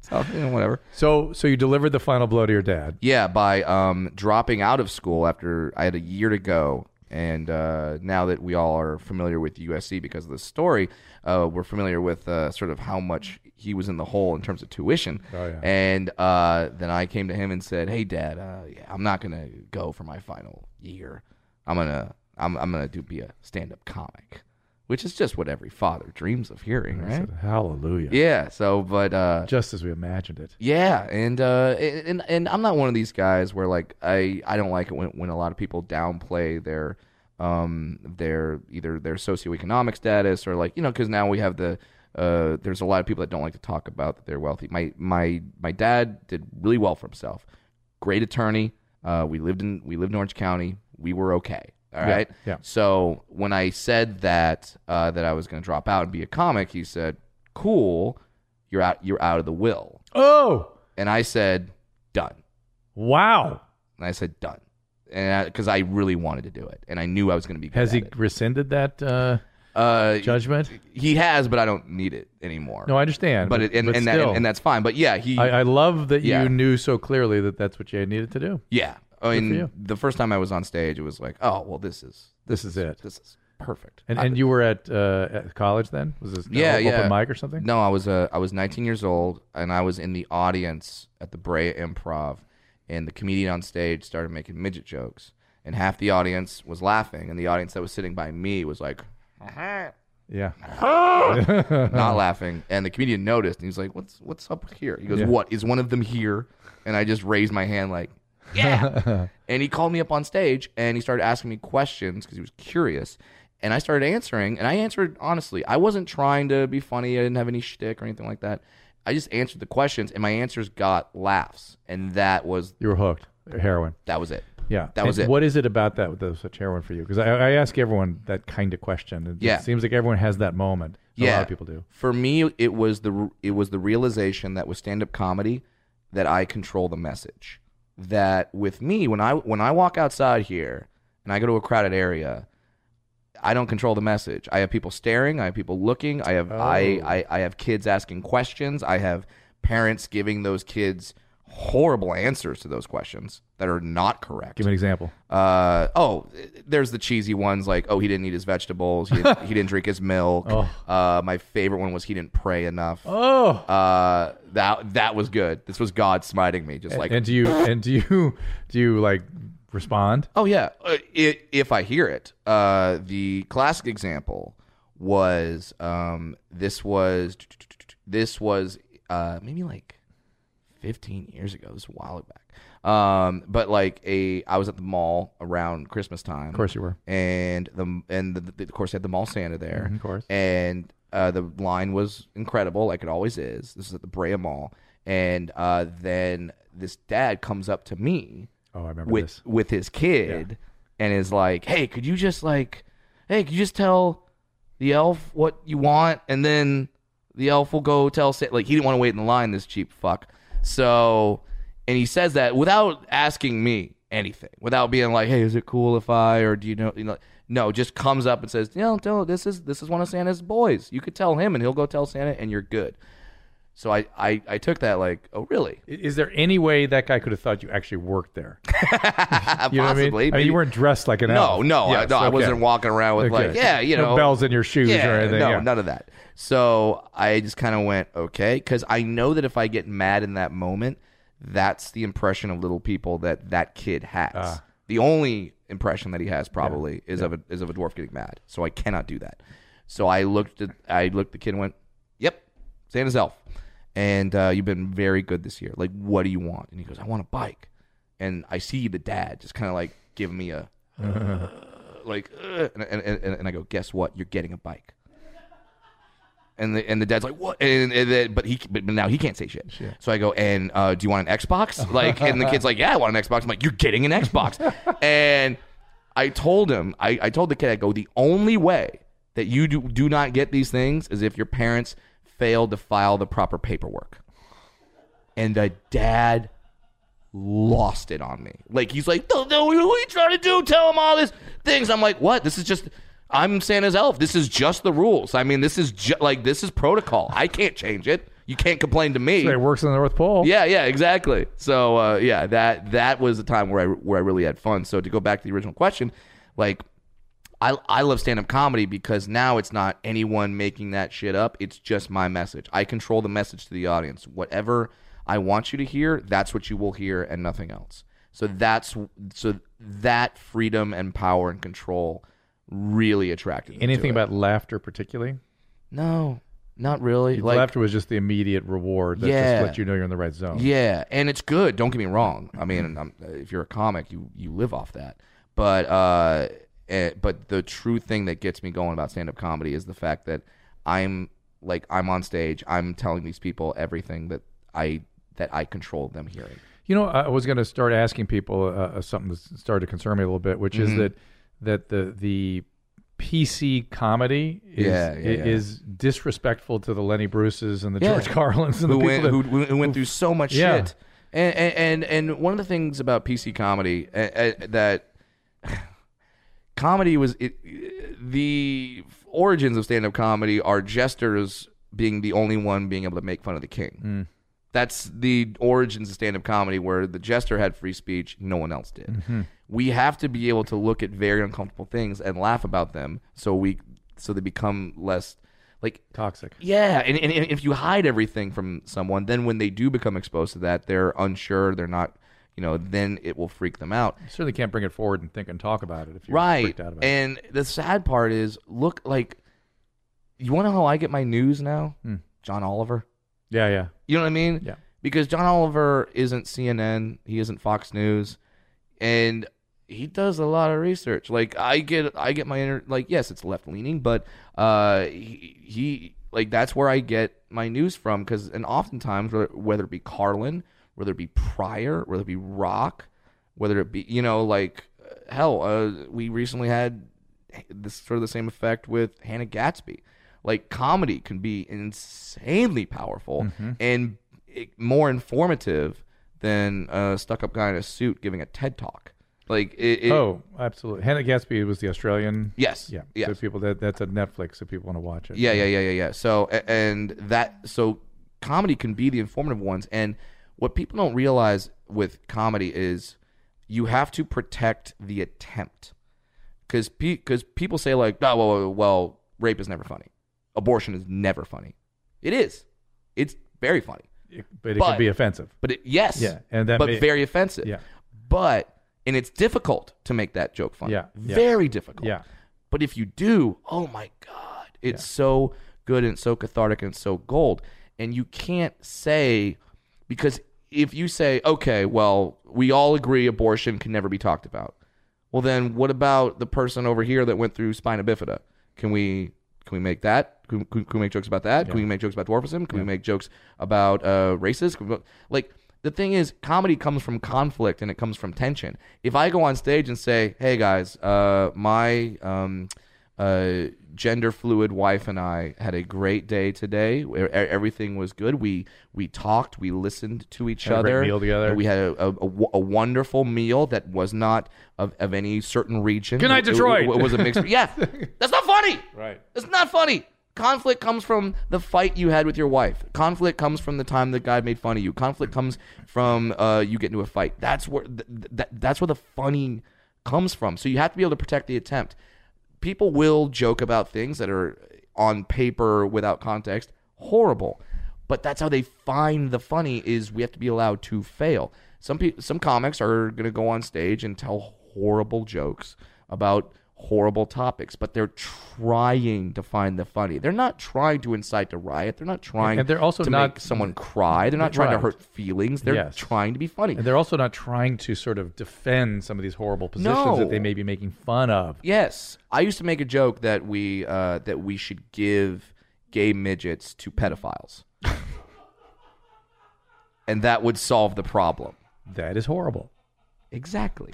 Speaker 3: so, you know, whatever.
Speaker 2: So, so you delivered the final blow to your dad.
Speaker 3: Yeah, by um, dropping out of school after I had a year to go. And uh, now that we all are familiar with USC because of this story, uh, we're familiar with uh, sort of how much he was in the hole in terms of tuition.
Speaker 2: Oh, yeah.
Speaker 3: And uh, then I came to him and said, "Hey, Dad, uh, yeah, I'm not gonna go for my final year. I'm gonna I'm, I'm gonna do be a stand up comic, which is just what every father dreams of hearing,
Speaker 2: I
Speaker 3: right?
Speaker 2: said, Hallelujah.
Speaker 3: Yeah. So, but uh,
Speaker 2: Just as we imagined it.
Speaker 3: yeah, and uh, and and I'm not one of these guys where like I, I don't like it when, when a lot of people downplay their um their either their socioeconomic status or like you know because now we have the uh there's a lot of people that don't like to talk about that they're wealthy. My my my dad did really well for himself. Great attorney. Uh, we lived in we lived in Orange County. We were okay. All right.
Speaker 2: yeah.
Speaker 3: So when I said that uh, that I was going to drop out and be a comic, he said, "Cool, you're out. You're out of the will."
Speaker 2: Oh,
Speaker 3: And I said, done.
Speaker 2: wow. And
Speaker 3: And I said, done. And because I, really wanted to do it, and I knew I was going to be. Good
Speaker 2: Has
Speaker 3: at
Speaker 2: he
Speaker 3: it.
Speaker 2: rescinded that uh,
Speaker 3: Uh,
Speaker 2: judgment?
Speaker 3: he has, but I don't need it anymore.
Speaker 2: No, I understand.
Speaker 3: but it, and and, that,
Speaker 2: still,
Speaker 3: and that's fine. But yeah, he.
Speaker 2: I, I love that
Speaker 3: Yeah.
Speaker 2: you knew so clearly that that's what you needed to do.
Speaker 3: yeah, I
Speaker 2: for you.
Speaker 3: mean, the first time I was on stage, it was like, oh well, this is
Speaker 2: This is it.
Speaker 3: this is perfect.
Speaker 2: And
Speaker 3: I-
Speaker 2: and you were at, uh, at college then? Was this an
Speaker 3: Yeah,
Speaker 2: open
Speaker 3: yeah.
Speaker 2: mic or something?
Speaker 3: No, I was uh, I was 19 years old, and I was in the audience at the Brea Improv, and the comedian on stage started making midget jokes, and half the audience was laughing, and the audience that was sitting by me was like,
Speaker 2: Yeah.
Speaker 3: not laughing. And the comedian noticed, and he's like, "What's what's up here?" He goes,
Speaker 2: Yeah.
Speaker 3: "What is one of them here?" And I just raised my hand, like, "Yeah!" [LAUGHS] and he called me up on stage, and he started asking me questions because he was curious. And I started answering, and I answered honestly. I wasn't trying to be funny. I didn't have any shtick or anything like that. I just answered the questions, and my answers got laughs, and that was
Speaker 2: You were hooked. Heroin.
Speaker 3: that was it.
Speaker 2: Yeah,
Speaker 3: That
Speaker 2: And
Speaker 3: was it.
Speaker 2: What is it about that that was such heroin for you? Because I, I ask everyone that kind of question. It,
Speaker 3: Yeah.
Speaker 2: it seems like everyone has that moment. a lot of people do.
Speaker 3: For me, it was the it was the realization that with stand up comedy, that I control the message. That with me, when I when I walk outside here and I go to a crowded area, I don't control the message. I have people staring. I have people looking. I have
Speaker 2: Oh.
Speaker 3: I, I I have kids asking questions. I have parents giving those kids horrible answers to those questions that are not correct
Speaker 2: Give me an example.
Speaker 3: uh, oh, there's the cheesy ones like, oh, he didn't eat his vegetables, he didn't, he didn't drink his
Speaker 2: [LAUGHS]
Speaker 3: milk. Uh, my favorite one was he didn't pray enough.
Speaker 2: Oh,
Speaker 3: Uh, that that was good. This was God smiting me, just like,
Speaker 2: and do you and do you [LAUGHS] do you like respond?
Speaker 3: oh yeah, uh, i if I hear it. Uh, the classic example was um, this was this was uh, maybe like 15 years ago. This was a while back. Um, but like a, I was at the mall around Christmas time.
Speaker 2: Of course you were.
Speaker 3: and the and the, the, of course they had the mall Santa there,
Speaker 2: Mm-hmm, Of course.
Speaker 3: and uh, the line was incredible, like it always is. This is at the Brea Mall, and uh, then this dad comes up to me
Speaker 2: Oh, I remember
Speaker 3: with
Speaker 2: this.
Speaker 3: with his kid, and is like, "Hey, could you just like, hey, could you just tell the elf what you want, and then the elf will go tell Sa-. like he didn't want to wait in the line, this cheap fuck." So, and he says that without asking me anything, without being like, "Hey, is it cool if I?" or "Do you know?" You know, no, just comes up and says, "You know, don't- this is this is one of Santa's boys. You could tell him, and he'll go tell Santa, and you're good." So I, I, I took that like, oh really? [LAUGHS]
Speaker 2: I- Is there any way that guy could have thought you actually worked there?
Speaker 3: Possibly.
Speaker 2: You know what I mean? I mean,
Speaker 3: Maybe-
Speaker 2: you weren't dressed like an
Speaker 3: no,
Speaker 2: elf.
Speaker 3: no, I,
Speaker 2: Yes,
Speaker 3: no. I
Speaker 2: okay.
Speaker 3: wasn't walking around with
Speaker 2: Okay.
Speaker 3: like, yeah, you
Speaker 2: No
Speaker 3: know,
Speaker 2: bells in your shoes
Speaker 3: yeah,
Speaker 2: or anything.
Speaker 3: no,
Speaker 2: yeah.
Speaker 3: none of that. So I just kind of went okay because I know that if I get mad in that moment, that's the impression of little people that that kid has.
Speaker 2: Ah.
Speaker 3: the only impression that he has probably is of a is of a dwarf getting mad. So I cannot do that. So I looked at I looked at the kid and went, "Yep, Santa's elf." And uh, you've been very good this year. Like, what do you want? And he goes, "I want a bike." And I see the dad just kind of like giving me a like, "Ugh," and, and, and, and I go, guess what? You're getting a bike. And the, and the dad's like, what? And, and then, but he but now he can't say shit. So I go, and uh, do you want an Xbox? Like, and the kid's like, yeah, I want an Xbox. I'm like, you're getting an Xbox. and I told him, I, I told the kid, I go, the only way that you do, do not get these things is if your parents failed to file the proper paperwork. And the dad lost it on me. Like he's like, "No, no, what are you trying to do? Tell him all these things." I'm like, "What? This is just I'm Santa's elf. This is just the rules. I mean, this is ju- like this is protocol. I can't change it. You can't complain to me."
Speaker 2: It works in the North Pole.
Speaker 3: Yeah, yeah, exactly. So uh, yeah, that that was the time where I where I really had fun. So to go back to the original question, like I I love stand up comedy because now it's not anyone making that shit up. It's just my message. I control the message to the audience. Whatever I want you to hear, that's what you will hear, and nothing else. So that's so that freedom and power and control really attracted me to
Speaker 2: Anything
Speaker 3: it.
Speaker 2: about laughter, particularly?
Speaker 3: no, not really.
Speaker 2: laughter was just the immediate reward that
Speaker 3: Yeah.
Speaker 2: just let you know you're in the right zone.
Speaker 3: Yeah, and it's good. Don't get me wrong. I mean, i if you're a comic, you you live off that. But uh, eh, but the true thing that gets me going about stand up comedy is the fact that I'm like I'm on stage. I'm telling these people everything that I that I control them hearing.
Speaker 2: You know, I was going to start asking people uh, uh, something that started to concern me a little bit, which
Speaker 3: Mm-hmm.
Speaker 2: is that that the the PC comedy is
Speaker 3: Yeah, yeah,
Speaker 2: i-
Speaker 3: yeah.
Speaker 2: is disrespectful to the Lenny Bruces and the
Speaker 3: Yeah.
Speaker 2: George [LAUGHS] Carlins and
Speaker 3: who
Speaker 2: the people
Speaker 3: went,
Speaker 2: that,
Speaker 3: who, who went through so much
Speaker 2: Yeah.
Speaker 3: shit. And, and and and one of the things about PC comedy uh, uh, that [SIGHS] comedy was it, the origins of stand up comedy are jesters being the only one being able to make fun of the king.
Speaker 2: Mm.
Speaker 3: That's the origins of stand up comedy where the jester had free speech, no one else did.
Speaker 2: Mm. [LAUGHS] Hmm.
Speaker 3: We have to be able to look at very uncomfortable things and laugh about them so we so they become less like
Speaker 2: toxic.
Speaker 3: yeah, and, and, and if you hide everything from someone, then when they do become exposed to that, they're unsure, they're not, you know, then it will freak them out.
Speaker 2: You certainly can't bring it forward and think and talk about it if you're
Speaker 3: right.
Speaker 2: freaked out about it.
Speaker 3: And the sad part is, look, like, you want to know how I get my news now?
Speaker 2: Hmm.
Speaker 3: John Oliver.
Speaker 2: Yeah, yeah.
Speaker 3: You know what I mean?
Speaker 2: Yeah.
Speaker 3: Because John Oliver isn't CNN, he isn't Fox News, and he does a lot of research. Like I get, I get my inner, like yes, it's left leaning, but uh, he, he, like that's where I get my news from. Because and oftentimes, whether, whether it be Carlin, whether it be Pryor, whether it be Rock, whether it be you know like uh, hell, uh, we recently had this sort of the same effect with Hannah Gatsby. Like comedy can be insanely powerful
Speaker 2: Mm-hmm.
Speaker 3: and it- more informative than a stuck-up guy in a suit giving a TED talk. Like it, it-
Speaker 2: oh, absolutely. Hannah Gatsby was the Australian.
Speaker 3: yes,
Speaker 2: Yeah.
Speaker 3: yes.
Speaker 2: So people that that's a Netflix if people want to watch it.
Speaker 3: Yeah, yeah, yeah, yeah, yeah. So a- and that so comedy can be the informative ones and what people don't realize with comedy is you have to protect the attempt. Cuz cuz people say like, "Oh, well, well, well, rape is never funny. Abortion is never funny." It is. It's very funny.
Speaker 2: It- but it
Speaker 3: But-
Speaker 2: can be offensive.
Speaker 3: But it, yes.
Speaker 2: Yeah, and that
Speaker 3: but
Speaker 2: may-
Speaker 3: very offensive.
Speaker 2: Yeah.
Speaker 3: But and it's difficult to make that joke funny.
Speaker 2: Yeah, yeah.
Speaker 3: Very difficult.
Speaker 2: Yeah.
Speaker 3: But if you do, oh my God, it's so good and it's so cathartic and it's so gold. And you can't say, because if you say, okay, well, we all agree abortion can never be talked about. Well, then what about the person over here that went through spina bifida? Can we can we make that? Can, can, can we make jokes about that? Can we make jokes about dwarfism? Can we make jokes about uh, races? Can we, like the thing is, comedy comes from conflict and it comes from tension. If I go on stage and say, "Hey guys, uh, my um, uh, gender fluid wife and I had a great day today. E- Everything was good. We we talked. We listened to each
Speaker 2: a great
Speaker 3: other.
Speaker 2: meal together.
Speaker 3: We had a, a, a wo- a wonderful meal that was not of, of any certain region.
Speaker 2: Good night,
Speaker 3: It- it-
Speaker 2: [LAUGHS] Detroit.
Speaker 3: It, was a mixed. yeah, that's not funny.
Speaker 2: Right.
Speaker 3: That's not funny. conflict comes from the fight you had with your wife. Conflict comes from the time the guy made fun of you. Conflict comes from uh, you get into a fight. That's where th- th- that's where the funny comes from. So you have to be able to protect the attempt. People will joke about things that are on paper without context horrible, but that's how they find the funny. Is we have to be allowed to fail. Some people, some comics are going to go on stage and tell horrible jokes about horrible topics, but they're trying to find the funny. They're not trying to incite a riot. They're not trying
Speaker 2: And they're also
Speaker 3: to
Speaker 2: not-
Speaker 3: make someone cry. They're not trying
Speaker 2: Right.
Speaker 3: to hurt feelings. They're
Speaker 2: Yes.
Speaker 3: trying to be funny.
Speaker 2: And they're also not trying to sort of defend some of these horrible positions
Speaker 3: No.
Speaker 2: that they may be making fun of.
Speaker 3: Yes, I used to make a joke that we uh, that we should give gay midgets to pedophiles, [LAUGHS] and that would solve the problem.
Speaker 2: That is horrible.
Speaker 3: Exactly,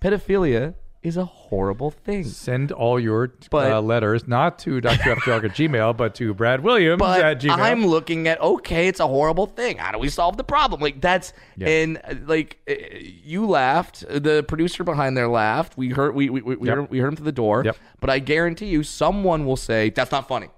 Speaker 3: pedophilia is a horrible thing.
Speaker 2: Send all your
Speaker 3: But-
Speaker 2: uh, letters not to Dr. Afterdark at Gmail, but to Brad Williams
Speaker 3: But
Speaker 2: at Gmail.
Speaker 3: I'm looking at okay, it's a horrible thing. How do we solve the problem? Like that's
Speaker 2: Yeah.
Speaker 3: and uh, like uh, you laughed. The producer behind there laughed. We heard we we we, we
Speaker 2: Yep.
Speaker 3: heard, we heard him through the door.
Speaker 2: Yep.
Speaker 3: But I guarantee you, someone will say that's not funny.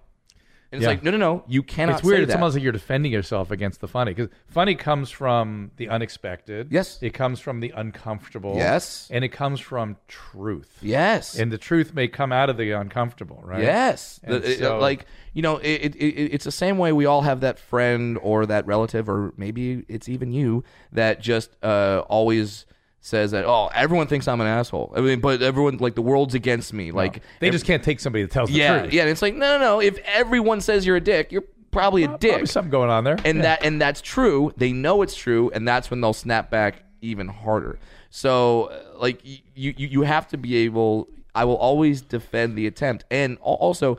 Speaker 3: And it's
Speaker 2: Yeah.
Speaker 3: like no no no, you cannot.
Speaker 2: it's weird.
Speaker 3: Say
Speaker 2: it's
Speaker 3: that.
Speaker 2: almost like you're defending yourself against the funny because funny comes from the unexpected.
Speaker 3: Yes.
Speaker 2: It comes from the uncomfortable.
Speaker 3: Yes.
Speaker 2: And it comes from truth.
Speaker 3: Yes.
Speaker 2: And the truth may come out of the uncomfortable, right?
Speaker 3: yes. The-
Speaker 2: And
Speaker 3: it-
Speaker 2: so-
Speaker 3: like, you know, it, it, it, it's the same way we all have that friend or that relative, or maybe it's even you, that just uh, always says that, oh, everyone thinks I'm an asshole. I mean, but everyone, like, the world's against me. Like,
Speaker 2: They
Speaker 3: ev-
Speaker 2: just can't take somebody that tells the
Speaker 3: yeah,
Speaker 2: truth.
Speaker 3: yeah. And it's like, no, no, no. If everyone says you're a dick, you're probably a dick.
Speaker 2: Probably something going on there.
Speaker 3: and that and that's true. They know it's true, and that's when they'll snap back even harder. So, uh, like y- you, you, you have to be able. I will always defend the attempt, and al- also,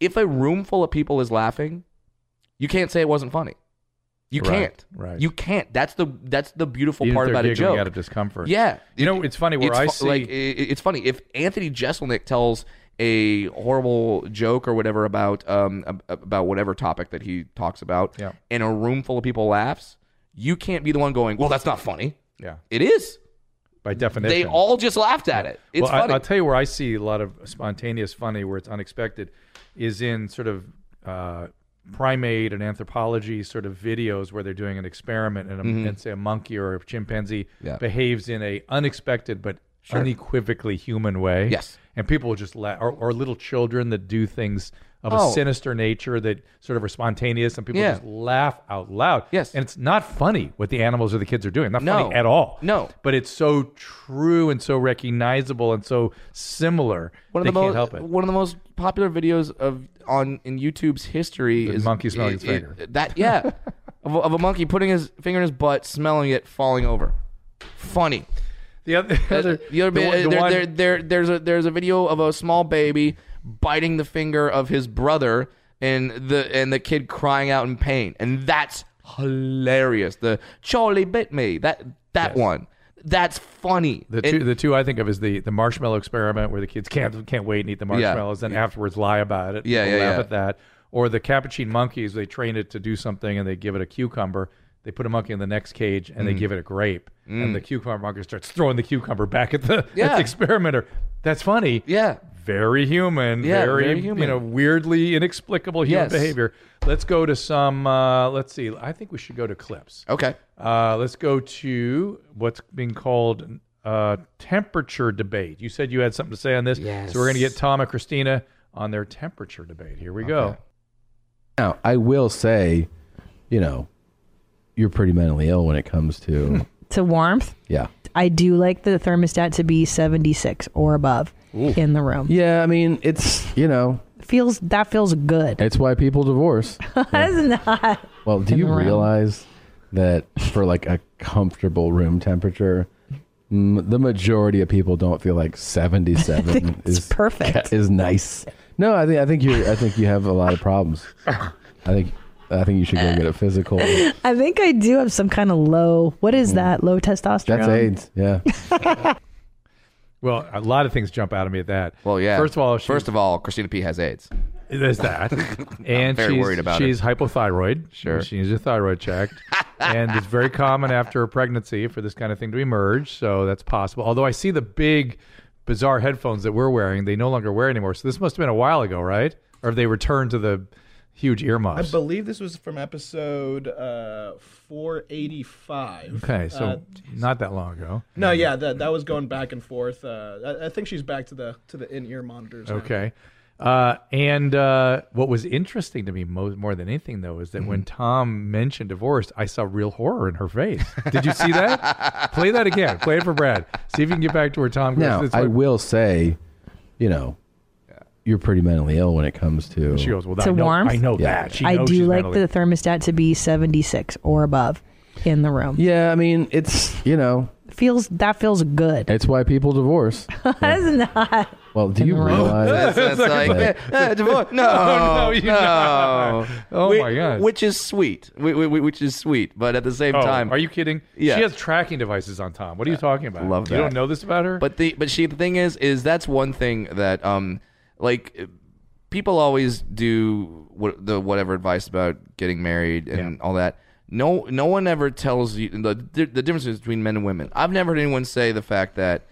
Speaker 3: if a room full of people is laughing, you can't say it wasn't funny. You
Speaker 2: Right,
Speaker 3: can't.
Speaker 2: right.
Speaker 3: You can't. That's the that's the beautiful
Speaker 2: Even if
Speaker 3: part
Speaker 2: they're
Speaker 3: about a
Speaker 2: giggling
Speaker 3: joke.
Speaker 2: out of discomfort.
Speaker 3: yeah,
Speaker 2: You know, it's funny where
Speaker 3: it's
Speaker 2: I
Speaker 3: fu-
Speaker 2: see
Speaker 3: like i- i- it's funny if Anthony Jeselnik tells a horrible joke or whatever about um ab- about whatever topic that he talks about,
Speaker 2: Yeah.
Speaker 3: and a room full of people laughs. You can't be the one going, "Well, that's not funny."
Speaker 2: Yeah.
Speaker 3: It is.
Speaker 2: By definition.
Speaker 3: They all just laughed at it. It's
Speaker 2: well,
Speaker 3: funny.
Speaker 2: I, will tell you where I see a lot of spontaneous funny, where it's unexpected, is in sort of uh, primate and anthropology sort of videos where they're doing an experiment and, a, and say a monkey or a chimpanzee
Speaker 3: Mm-hmm. Yeah.
Speaker 2: behaves in a unexpected but unequivocally human way.
Speaker 3: Yes.
Speaker 2: and people will just laugh, or, or little children that do things of
Speaker 3: Oh.
Speaker 2: a sinister nature that sort of are spontaneous, and people
Speaker 3: Yeah.
Speaker 2: just laugh out loud.
Speaker 3: Yes.
Speaker 2: and it's not funny what the animals or the kids are doing. Not
Speaker 3: No.
Speaker 2: funny at all
Speaker 3: No.
Speaker 2: but it's so true and so recognizable and so similar.
Speaker 3: one
Speaker 2: they
Speaker 3: of the
Speaker 2: can't
Speaker 3: most
Speaker 2: help it.
Speaker 3: one of the most popular videos of on in YouTube's history is
Speaker 2: monkey smelling his
Speaker 3: i- i-
Speaker 2: finger.
Speaker 3: That
Speaker 2: [LAUGHS]
Speaker 3: yeah, of, a- of a monkey putting his finger in his butt, smelling it, falling over. Funny.
Speaker 2: the other, the other,
Speaker 3: Uh, the other bit,
Speaker 2: one- the
Speaker 3: there,
Speaker 2: one-
Speaker 3: there, there, there's a there's a video of a small baby biting the finger of his brother, and the and the kid crying out in pain, and that's hilarious. The Charlie bit me. That that one. That's funny.
Speaker 2: the two,
Speaker 3: And-
Speaker 2: the two I think of is the, the marshmallow experiment where the kids can't can't wait and eat the marshmallows, and afterwards lie about it.
Speaker 3: Yeah,
Speaker 2: People
Speaker 3: yeah,
Speaker 2: laugh
Speaker 3: yeah.
Speaker 2: at that. Or the capuchin monkeys, they train it to do something, and they give it a cucumber. They put a monkey in the next cage, and
Speaker 3: Mm.
Speaker 2: they give it a grape, and the cucumber monkey starts throwing the cucumber back at the, at
Speaker 3: Yeah.
Speaker 2: the experimenter. That's funny.
Speaker 3: yeah.
Speaker 2: very human,
Speaker 3: Yeah,
Speaker 2: very,
Speaker 3: very
Speaker 2: you
Speaker 3: human.
Speaker 2: know, weirdly inexplicable human
Speaker 3: Yes.
Speaker 2: behavior. Let's go to some. Uh, let's see. I think we should go to clips.
Speaker 3: Okay.
Speaker 2: Uh, let's go to what's being called uh, temperature debate. You said you had something to say on this, so we're going to get Tom and Christina on their temperature debate. Here we go.
Speaker 4: Now, I will say, you know, you're pretty mentally ill when it comes to
Speaker 5: to warmth,
Speaker 4: yeah.
Speaker 5: I do like the thermostat to be 76 or above in the room.
Speaker 4: Yeah, I mean, it's, you know,
Speaker 5: Feels that feels good. [LAUGHS]
Speaker 4: it's why people [LAUGHS] divorce.
Speaker 5: That's not
Speaker 4: Well, do
Speaker 5: In
Speaker 4: you
Speaker 5: the room.
Speaker 4: realize that for like a comfortable room temperature, m- the majority of people don't feel like [LAUGHS] 77
Speaker 5: it's
Speaker 4: is
Speaker 5: perfect.
Speaker 4: is nice. No, I think I think you I think you have a lot of problems. I think I think you should go get a physical.
Speaker 5: I think I do have some kind of low. What is that? Low testosterone.
Speaker 4: That's AIDS. Yeah.
Speaker 2: Well, a lot of things jump out at me at that.
Speaker 3: Well, yeah.
Speaker 2: First of all, she,
Speaker 3: first of all, Christina P has
Speaker 2: [LAUGHS]
Speaker 3: AIDS. [LAUGHS]
Speaker 2: There's that. and
Speaker 3: very
Speaker 2: she's,
Speaker 3: worried about
Speaker 2: she's hypothyroid. Sure. She needs her
Speaker 3: [LAUGHS]
Speaker 2: thyroid checked. and it's very common after a pregnancy for this kind of thing to emerge. So that's possible. Although I see the big, bizarre headphones that we're wearing, they no longer wear anymore. So this must have been a while ago, right? or if they return to the huge
Speaker 6: I
Speaker 2: earmuffs.
Speaker 6: believe this was from episode uh, 485.
Speaker 2: okay, so
Speaker 6: Uh,
Speaker 2: not that long ago.
Speaker 6: no, yeah, that that was going back and forth. Uh, I, I think she's back to the to the in ear monitors. now.
Speaker 2: Okay. Uh, and uh, what was interesting to me mo- more than anything, though, is that when Tom mentioned divorce, I saw real horror in her face. Did you see that? Play that again. Play it for Brad. See if you can get back to where Tom goes.
Speaker 4: Now,
Speaker 2: That's
Speaker 4: I
Speaker 2: what-
Speaker 4: will say, you know, you're pretty mentally ill when it comes to.
Speaker 2: She goes, Well,
Speaker 5: It's
Speaker 2: I
Speaker 5: a
Speaker 2: know,
Speaker 5: warmth.
Speaker 2: I know
Speaker 4: Yeah.
Speaker 2: that. She
Speaker 5: I
Speaker 2: knows
Speaker 5: do
Speaker 2: she's
Speaker 5: like
Speaker 2: mentally-
Speaker 5: the thermostat to be 76 or above in the room.
Speaker 4: Yeah, I mean, it's you know,
Speaker 5: Feels that feels good. [LAUGHS]
Speaker 4: it's why people divorce.
Speaker 5: That is not.
Speaker 4: Well, do you
Speaker 5: the room.
Speaker 4: realize?
Speaker 2: [LAUGHS]
Speaker 3: That's, that's like, eh, [LAUGHS] eh, divorce. No, no,
Speaker 2: you're
Speaker 3: no.
Speaker 2: Oh,
Speaker 3: Whi-
Speaker 2: my God.
Speaker 3: Which is sweet. Whi- whi- whi- Which is sweet, but at the same
Speaker 2: Oh,
Speaker 3: time,
Speaker 2: Are you kidding?
Speaker 3: Yeah.
Speaker 2: She has tracking devices on Tom. What are you talking about?
Speaker 3: love
Speaker 2: You don't
Speaker 3: that.
Speaker 2: know this about her?
Speaker 3: But the but she the thing is is that's one thing that um like people always do what the whatever advice about getting married and all that. No no one ever tells you the the difference between men and women. I've never heard anyone say the fact that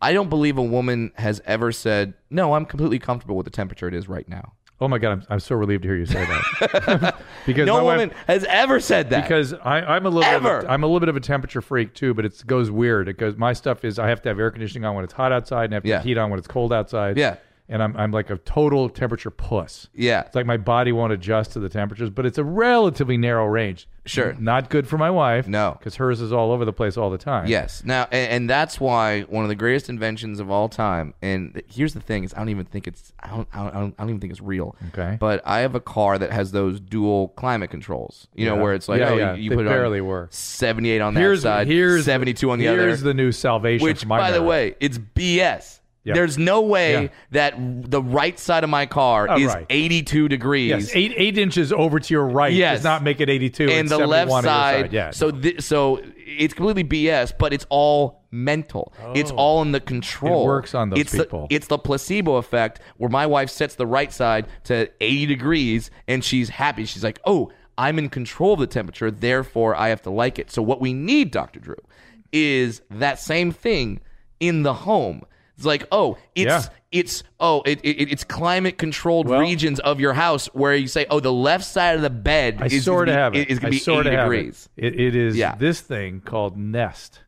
Speaker 3: I don't believe a woman has ever said, "No, I'm completely comfortable with the temperature it is right now."
Speaker 2: oh my God, I'm, I'm so relieved to hear you say that.
Speaker 3: [LAUGHS]
Speaker 2: because my
Speaker 3: No
Speaker 2: wife-
Speaker 3: woman has ever said that.
Speaker 2: because I, I'm a little bit of
Speaker 3: Ever.
Speaker 2: a, I'm a little bit of a temperature freak too, but it goes weird. It goes my stuff is I have to have air conditioning on when it's hot outside and I have to
Speaker 3: Yeah.
Speaker 2: have heat on when it's cold outside.
Speaker 3: Yeah.
Speaker 2: And I'm I'm like a total temperature puss.
Speaker 3: Yeah.
Speaker 2: It's like my body won't adjust to the temperatures, but it's a relatively narrow range.
Speaker 3: Sure.
Speaker 2: Not good for my wife.
Speaker 3: No.
Speaker 2: Because hers is all over the place all the time.
Speaker 3: Yes. Now, and, and that's why one of the greatest inventions of all time. And th- here's the thing: is I don't even think it's I don't I don't, I don't, I don't even think it's real.
Speaker 2: Okay.
Speaker 3: But I have a car that has those dual climate controls. You know, where it's like
Speaker 2: Yeah,
Speaker 3: oh, you-
Speaker 2: yeah.
Speaker 3: you,
Speaker 2: They
Speaker 3: put
Speaker 2: barely
Speaker 3: it on
Speaker 2: work.
Speaker 3: seventy eight on that
Speaker 2: Here's
Speaker 3: side,
Speaker 2: here's
Speaker 3: seventy two on the
Speaker 2: here's
Speaker 3: other.
Speaker 2: Here's the new salvation. for
Speaker 3: which,
Speaker 2: my
Speaker 3: by the
Speaker 2: marriage.
Speaker 3: way, it's BS.
Speaker 2: Yeah.
Speaker 3: There's no way
Speaker 2: Yeah.
Speaker 3: that the right side of my car
Speaker 2: Oh,
Speaker 3: is
Speaker 2: right.
Speaker 3: 82 degrees
Speaker 2: Yes, eight eight inches over to your right
Speaker 3: Yes.
Speaker 2: does not make it eighty two.
Speaker 3: and the left side.
Speaker 2: yeah.
Speaker 3: So thi- so it's completely BS, but it's all mental. It's all in the control.
Speaker 2: Oh. It works on those
Speaker 3: it's
Speaker 2: people.
Speaker 3: The, it's the placebo effect where my wife sets the right side to 80 degrees and she's happy. She's like, "Oh, I'm in control of the temperature, therefore I have to like it." So what we need, Dr. Drew, is that same thing in the home. It's like, "Oh, it's
Speaker 2: Yeah.
Speaker 3: It's oh, it, it, it's climate controlled
Speaker 2: Well-
Speaker 3: regions of your house where you say, oh, the left side of the bed
Speaker 2: I
Speaker 3: is
Speaker 2: sort of
Speaker 3: gonna
Speaker 2: have
Speaker 3: be-
Speaker 2: it.
Speaker 3: Is going
Speaker 2: I
Speaker 3: to be
Speaker 2: sorta
Speaker 3: 80
Speaker 2: have it.
Speaker 3: degrees.
Speaker 2: It, it is
Speaker 3: Yeah.
Speaker 2: this thing called Nest.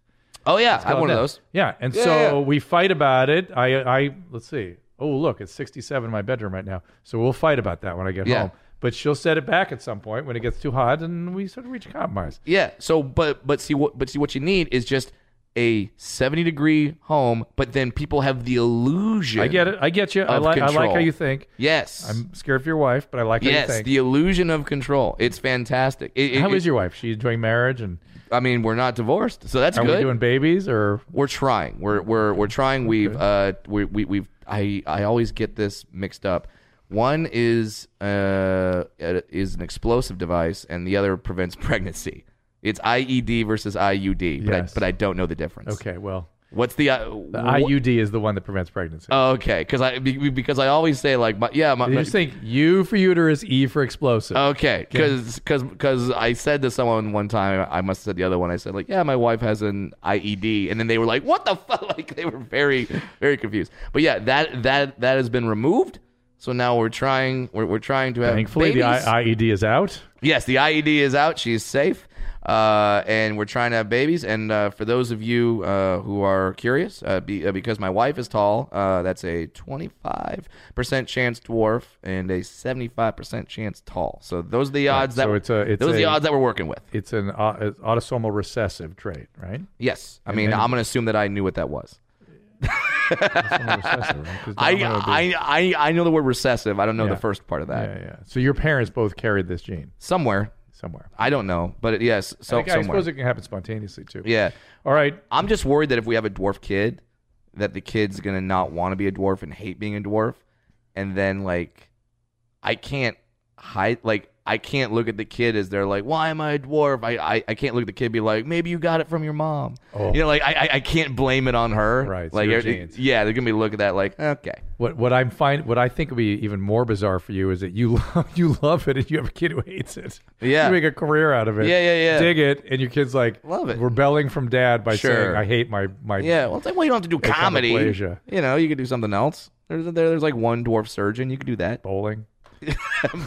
Speaker 3: Oh yeah, I have
Speaker 2: Called
Speaker 3: one of
Speaker 2: Nest.
Speaker 3: those.
Speaker 2: Yeah, and
Speaker 3: Yeah,
Speaker 2: so
Speaker 3: yeah.
Speaker 2: we fight about it. I, I let's see. Oh look, it's 67 in my bedroom right now. So we'll fight about that when I get
Speaker 3: Yeah.
Speaker 2: home. But she'll set it back at some point when it gets too hot, and we sort of reach a compromise.
Speaker 3: Yeah. So, but but see what but see what you need is just a seventy degree home, but then people have the illusion.
Speaker 2: I get it. I get you. I
Speaker 3: Of
Speaker 2: like. I like how
Speaker 3: control.
Speaker 2: you think.
Speaker 3: Yes.
Speaker 2: I'm scared for your wife, but I like how you
Speaker 3: yes.
Speaker 2: think.
Speaker 3: The illusion of control. It's fantastic. It, it-
Speaker 2: how is
Speaker 3: it-
Speaker 2: your wife? She enjoying marriage, and
Speaker 3: I mean, we're not divorced, so that's
Speaker 2: are
Speaker 3: good.
Speaker 2: we doing babies or
Speaker 3: we're trying. We're we're we're trying. We've uh we, we we've I I always get this mixed up. One is uh is an explosive device, and the other prevents [LAUGHS] pregnancy. It's IED versus IUD, but
Speaker 2: Yes.
Speaker 3: I, but I don't know the difference.
Speaker 2: okay? Well,
Speaker 3: What's the, uh,
Speaker 2: the
Speaker 3: wh-
Speaker 2: IUD is the one that prevents pregnancy.
Speaker 3: Oh, okay, because I be- because I always say like my, yeah my,
Speaker 2: you just think U for uterus, E for explosive.
Speaker 3: okay because because I said to someone one time I must have said the other one I said like yeah my wife has an IED and then they were like what the fuck [LAUGHS] like they were very very confused but yeah that that that has been removed so now we're trying we're, we're trying to have
Speaker 2: Thankfully, the
Speaker 3: babies.
Speaker 2: I- IED is out.
Speaker 3: Yes, the IED is out. She's safe. Uh, and we're trying to have babies. And uh, for those of you uh, who are curious, uh, be, uh, because my wife is tall, uh, that's a 25% chance dwarf and a 75% chance tall. So those are the odds that
Speaker 2: so it's a- it's
Speaker 3: those are the
Speaker 2: a-
Speaker 3: odds that we're working with.
Speaker 2: It's an au- uh, autosomal recessive trait,
Speaker 3: [LAUGHS]
Speaker 2: right?
Speaker 3: Yes, I mean
Speaker 2: then-
Speaker 3: I'm gonna assume that I knew what that was.
Speaker 2: Autosomal recessive, right? 'Cause
Speaker 3: I,
Speaker 2: dominant would be-
Speaker 3: I I I know the word recessive. I don't know
Speaker 2: Yeah.
Speaker 3: the first part of that.
Speaker 2: yeah, yeah. So your parents both carried this gene
Speaker 3: Somewhere
Speaker 2: somewhere.
Speaker 3: I don't know, but it, yes, so
Speaker 2: I
Speaker 3: Oh, somewhere.
Speaker 2: suppose it can happen spontaneously too.
Speaker 3: yeah.
Speaker 2: All right.
Speaker 3: I'm just worried that if we have a dwarf kid, that the kid's gonna not want to be a dwarf and hate being a dwarf, and then like, I can't hide. Like, I can't look at the kid as they're like, "Why am I a dwarf?" I I, I can't look at the kid and be like, "Maybe you got it from your mom."
Speaker 2: Oh.
Speaker 3: You know, like I I, I can't blame it on her.
Speaker 2: Right, it's
Speaker 3: Like,
Speaker 2: your
Speaker 3: it-
Speaker 2: genes.
Speaker 3: yeah, they're gonna be looking at that like, okay,
Speaker 2: What what I find what I think would be even more bizarre for you is that you [LAUGHS] love you love it and you have a kid who hates it.
Speaker 3: Yeah.
Speaker 2: You make a career out of it.
Speaker 3: Yeah, yeah, yeah.
Speaker 2: Dig it, and your kid's like
Speaker 3: Love it.
Speaker 2: rebelling from dad by
Speaker 3: Sure.
Speaker 2: saying I hate my my
Speaker 3: yeah. Well, it's like, well, you don't have to do comedy.
Speaker 2: Achondroplasia.
Speaker 3: You know, you could do something else. There's there, there's like one dwarf surgeon. You could do that. [LAUGHS]
Speaker 2: Bowling.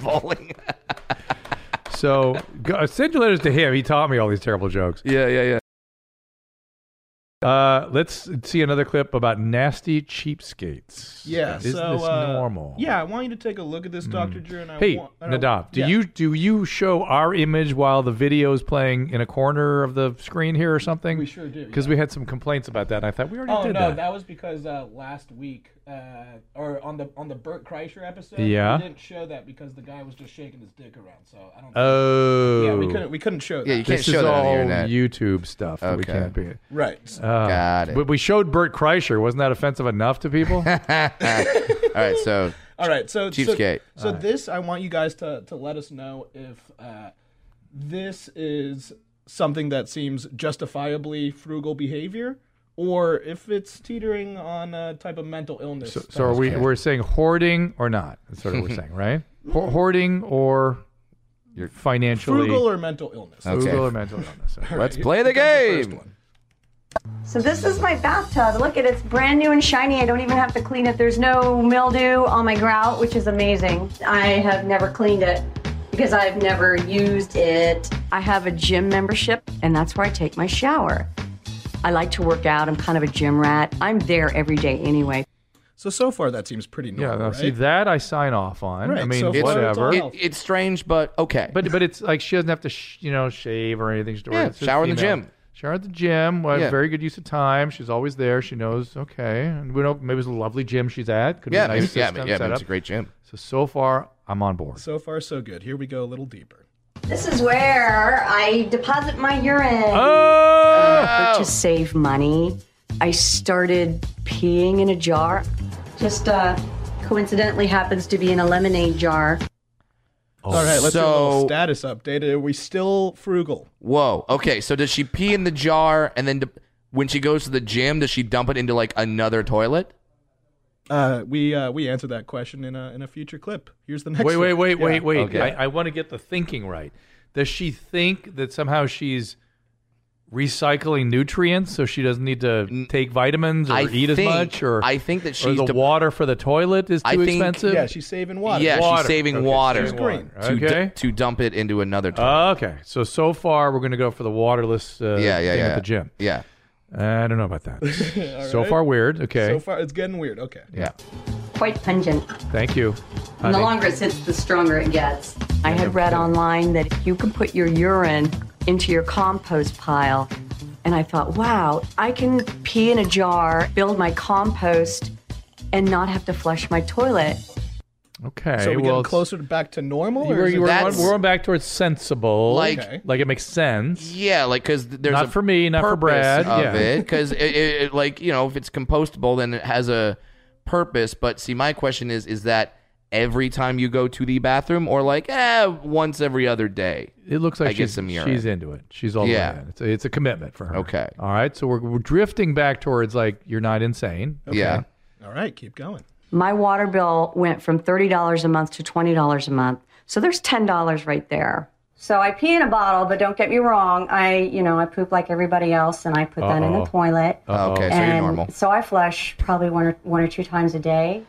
Speaker 3: Bowling.
Speaker 2: So go, send your letters to him. He taught me all these terrible jokes.
Speaker 3: yeah, yeah, yeah.
Speaker 2: Uh, let's see another clip about nasty cheapskates.
Speaker 6: Yeah.
Speaker 2: Is
Speaker 6: so,
Speaker 2: this
Speaker 6: uh,
Speaker 2: normal?
Speaker 6: Yeah, I want you to take a look at this, Doctor Drew. And I
Speaker 2: Hmm. Hey,
Speaker 6: want, and I-
Speaker 2: Nadav, do
Speaker 6: yeah.
Speaker 2: you do you show our image while the video is playing in a corner of the screen here or something?
Speaker 6: We sure do,
Speaker 2: Because we had some complaints about that, and I thought we already
Speaker 6: Oh
Speaker 2: did
Speaker 6: no, that.
Speaker 2: that.
Speaker 6: was because uh, last week, uh, or on the on the Burt Kreischer episode,
Speaker 2: Yeah.
Speaker 6: we didn't show that because the guy was just shaking his dick around. So I don't.
Speaker 2: oh,
Speaker 6: yeah, we couldn't we couldn't show that.
Speaker 3: Yeah, you can't
Speaker 2: this
Speaker 3: show
Speaker 2: is
Speaker 3: that
Speaker 2: all
Speaker 3: on the internet.
Speaker 2: YouTube stuff that we
Speaker 3: Okay.
Speaker 2: can't be.
Speaker 6: Right.
Speaker 2: Uh,
Speaker 3: Got
Speaker 2: [LAUGHS]
Speaker 3: it.
Speaker 2: But we showed Burt Kreischer. Wasn't that offensive enough
Speaker 3: [LAUGHS]
Speaker 2: to people?
Speaker 3: all right, so
Speaker 6: All right. So so-
Speaker 3: Cheapskate.
Speaker 6: So, this, I want you guys to to let us know if uh, this is something that seems justifiably frugal behavior, or if it's teetering on a type of mental illness.
Speaker 2: so are we? We're saying hoarding or not? That's
Speaker 3: [LAUGHS]
Speaker 2: sort of what we're saying, right? Ho- hoarding or you're financially
Speaker 6: frugal or mental illness.
Speaker 3: Okay.
Speaker 2: frugal or mental illness.
Speaker 3: let's play the game.
Speaker 7: So this is my bathtub. Look at it, it's brand new and shiny. I don't even have to clean it. There's no mildew on my grout, which is amazing. I have never cleaned it because I've never used it. I have a gym membership and that's where I take my shower. I like to work out. I'm kind of a gym rat. I'm there every day anyway.
Speaker 6: So so far that seems pretty
Speaker 2: Yeah,
Speaker 6: normal.
Speaker 2: now,
Speaker 6: right?
Speaker 2: see that I sign off on. I
Speaker 6: Right,
Speaker 2: mean,
Speaker 6: so It's-
Speaker 2: whatever.
Speaker 6: it's-
Speaker 3: It, it's strange, but okay.
Speaker 2: but but it's like she doesn't have to, sh- you know, shave or anything. She- or
Speaker 3: Yeah,
Speaker 2: it's just
Speaker 3: shower in the
Speaker 2: female.
Speaker 3: gym.
Speaker 2: Shower at the gym. Well,
Speaker 3: Yeah.
Speaker 2: Very good use of time. She's always there. She knows. Okay, and we know maybe it's a lovely gym she's at. Could
Speaker 3: yeah,
Speaker 2: be a
Speaker 3: maybe,
Speaker 2: nice
Speaker 3: yeah,
Speaker 2: system
Speaker 3: yeah,
Speaker 2: set
Speaker 3: maybe it's
Speaker 2: up.
Speaker 3: a great gym.
Speaker 2: So so far, I'm on board.
Speaker 6: So far so good. Here we go a little deeper.
Speaker 7: This is where I deposit my urine.
Speaker 6: Oh!
Speaker 2: Oh,
Speaker 3: Oh!
Speaker 7: to save money, I started peeing in a jar. Just uh, coincidentally happens to be in a lemonade jar.
Speaker 6: All right, let's do a
Speaker 3: Oh, So-
Speaker 6: little status update. Are we still frugal?
Speaker 3: Whoa. Okay, so does she pee in the jar and then d- when she goes to the gym, does she dump it into like another toilet?
Speaker 6: Uh, we uh, we answer that question in a in a future clip. Here's the next.
Speaker 2: Wait,
Speaker 6: one.
Speaker 2: wait, wait,
Speaker 6: Yeah.
Speaker 2: wait, wait.
Speaker 3: Okay.
Speaker 2: I, I want to get the thinking right. Does she think that somehow she's recycling nutrients so she doesn't need to take vitamins or
Speaker 3: I
Speaker 2: eat as
Speaker 3: think-
Speaker 2: much? Or
Speaker 3: I think that
Speaker 2: or
Speaker 3: she's
Speaker 2: the
Speaker 3: de-
Speaker 2: water for the toilet is too
Speaker 3: I think-
Speaker 2: expensive.
Speaker 6: Yeah, she's saving water.
Speaker 3: Yeah,
Speaker 2: Water.
Speaker 3: she's saving
Speaker 2: Okay,
Speaker 3: water
Speaker 2: saving water.
Speaker 3: to d-
Speaker 2: Okay. Uh,
Speaker 3: to dump it into another toilet.
Speaker 2: Okay, so so far we're going to go for the waterless uh,
Speaker 3: yeah, yeah,
Speaker 2: thing
Speaker 3: yeah.
Speaker 2: at the gym.
Speaker 3: Yeah.
Speaker 2: I don't know
Speaker 6: [LAUGHS]
Speaker 2: about that. so far, weird. Okay,
Speaker 6: So far, it's getting weird. Okay.
Speaker 2: yeah.
Speaker 7: Quite pungent.
Speaker 2: Thank you.
Speaker 7: And the
Speaker 2: honey.
Speaker 7: longer it sits, the stronger it gets. I had read online that if you can put your urine into your compost pile. And I thought, wow, I can pee in a jar, build my compost, and not have to flush my toilet.
Speaker 2: Okay,
Speaker 6: So we're
Speaker 2: well,
Speaker 6: getting
Speaker 2: it's-
Speaker 6: closer to back to normal.
Speaker 2: We're,
Speaker 6: Or is
Speaker 2: we're,
Speaker 6: it-
Speaker 3: That's-
Speaker 2: we're going back towards sensible,
Speaker 3: Like-
Speaker 6: Okay.
Speaker 2: like it makes sense.
Speaker 3: Yeah, like because there's
Speaker 2: Not
Speaker 3: a
Speaker 2: for me, not for
Speaker 3: purpose
Speaker 2: Brad,
Speaker 3: Of
Speaker 2: yeah.
Speaker 3: it, because it, it, it- like you know, if it's compostable, then it has a purpose. But see, my question is, is that every time you go to the bathroom, or like eh, once every other day?
Speaker 2: It looks like
Speaker 3: I get
Speaker 2: she's,
Speaker 3: some urine.
Speaker 2: she's into it. She's all
Speaker 3: Yeah.
Speaker 2: in. It's a, it's a commitment for her.
Speaker 3: Okay.
Speaker 2: All right. So we're, we're drifting back towards like you're not insane.
Speaker 3: Yeah.
Speaker 6: All right, keep going.
Speaker 7: My water bill went from $30 a month to $20 a month. So there's $10 right there. So I pee in a bottle, but don't get me wrong. I, you know, I poop like everybody else and I put that in
Speaker 2: Uh-oh.
Speaker 7: the toilet.
Speaker 3: Okay, so you're
Speaker 7: and
Speaker 3: normal.
Speaker 7: Um, so I flush probably one or, one or two times a day.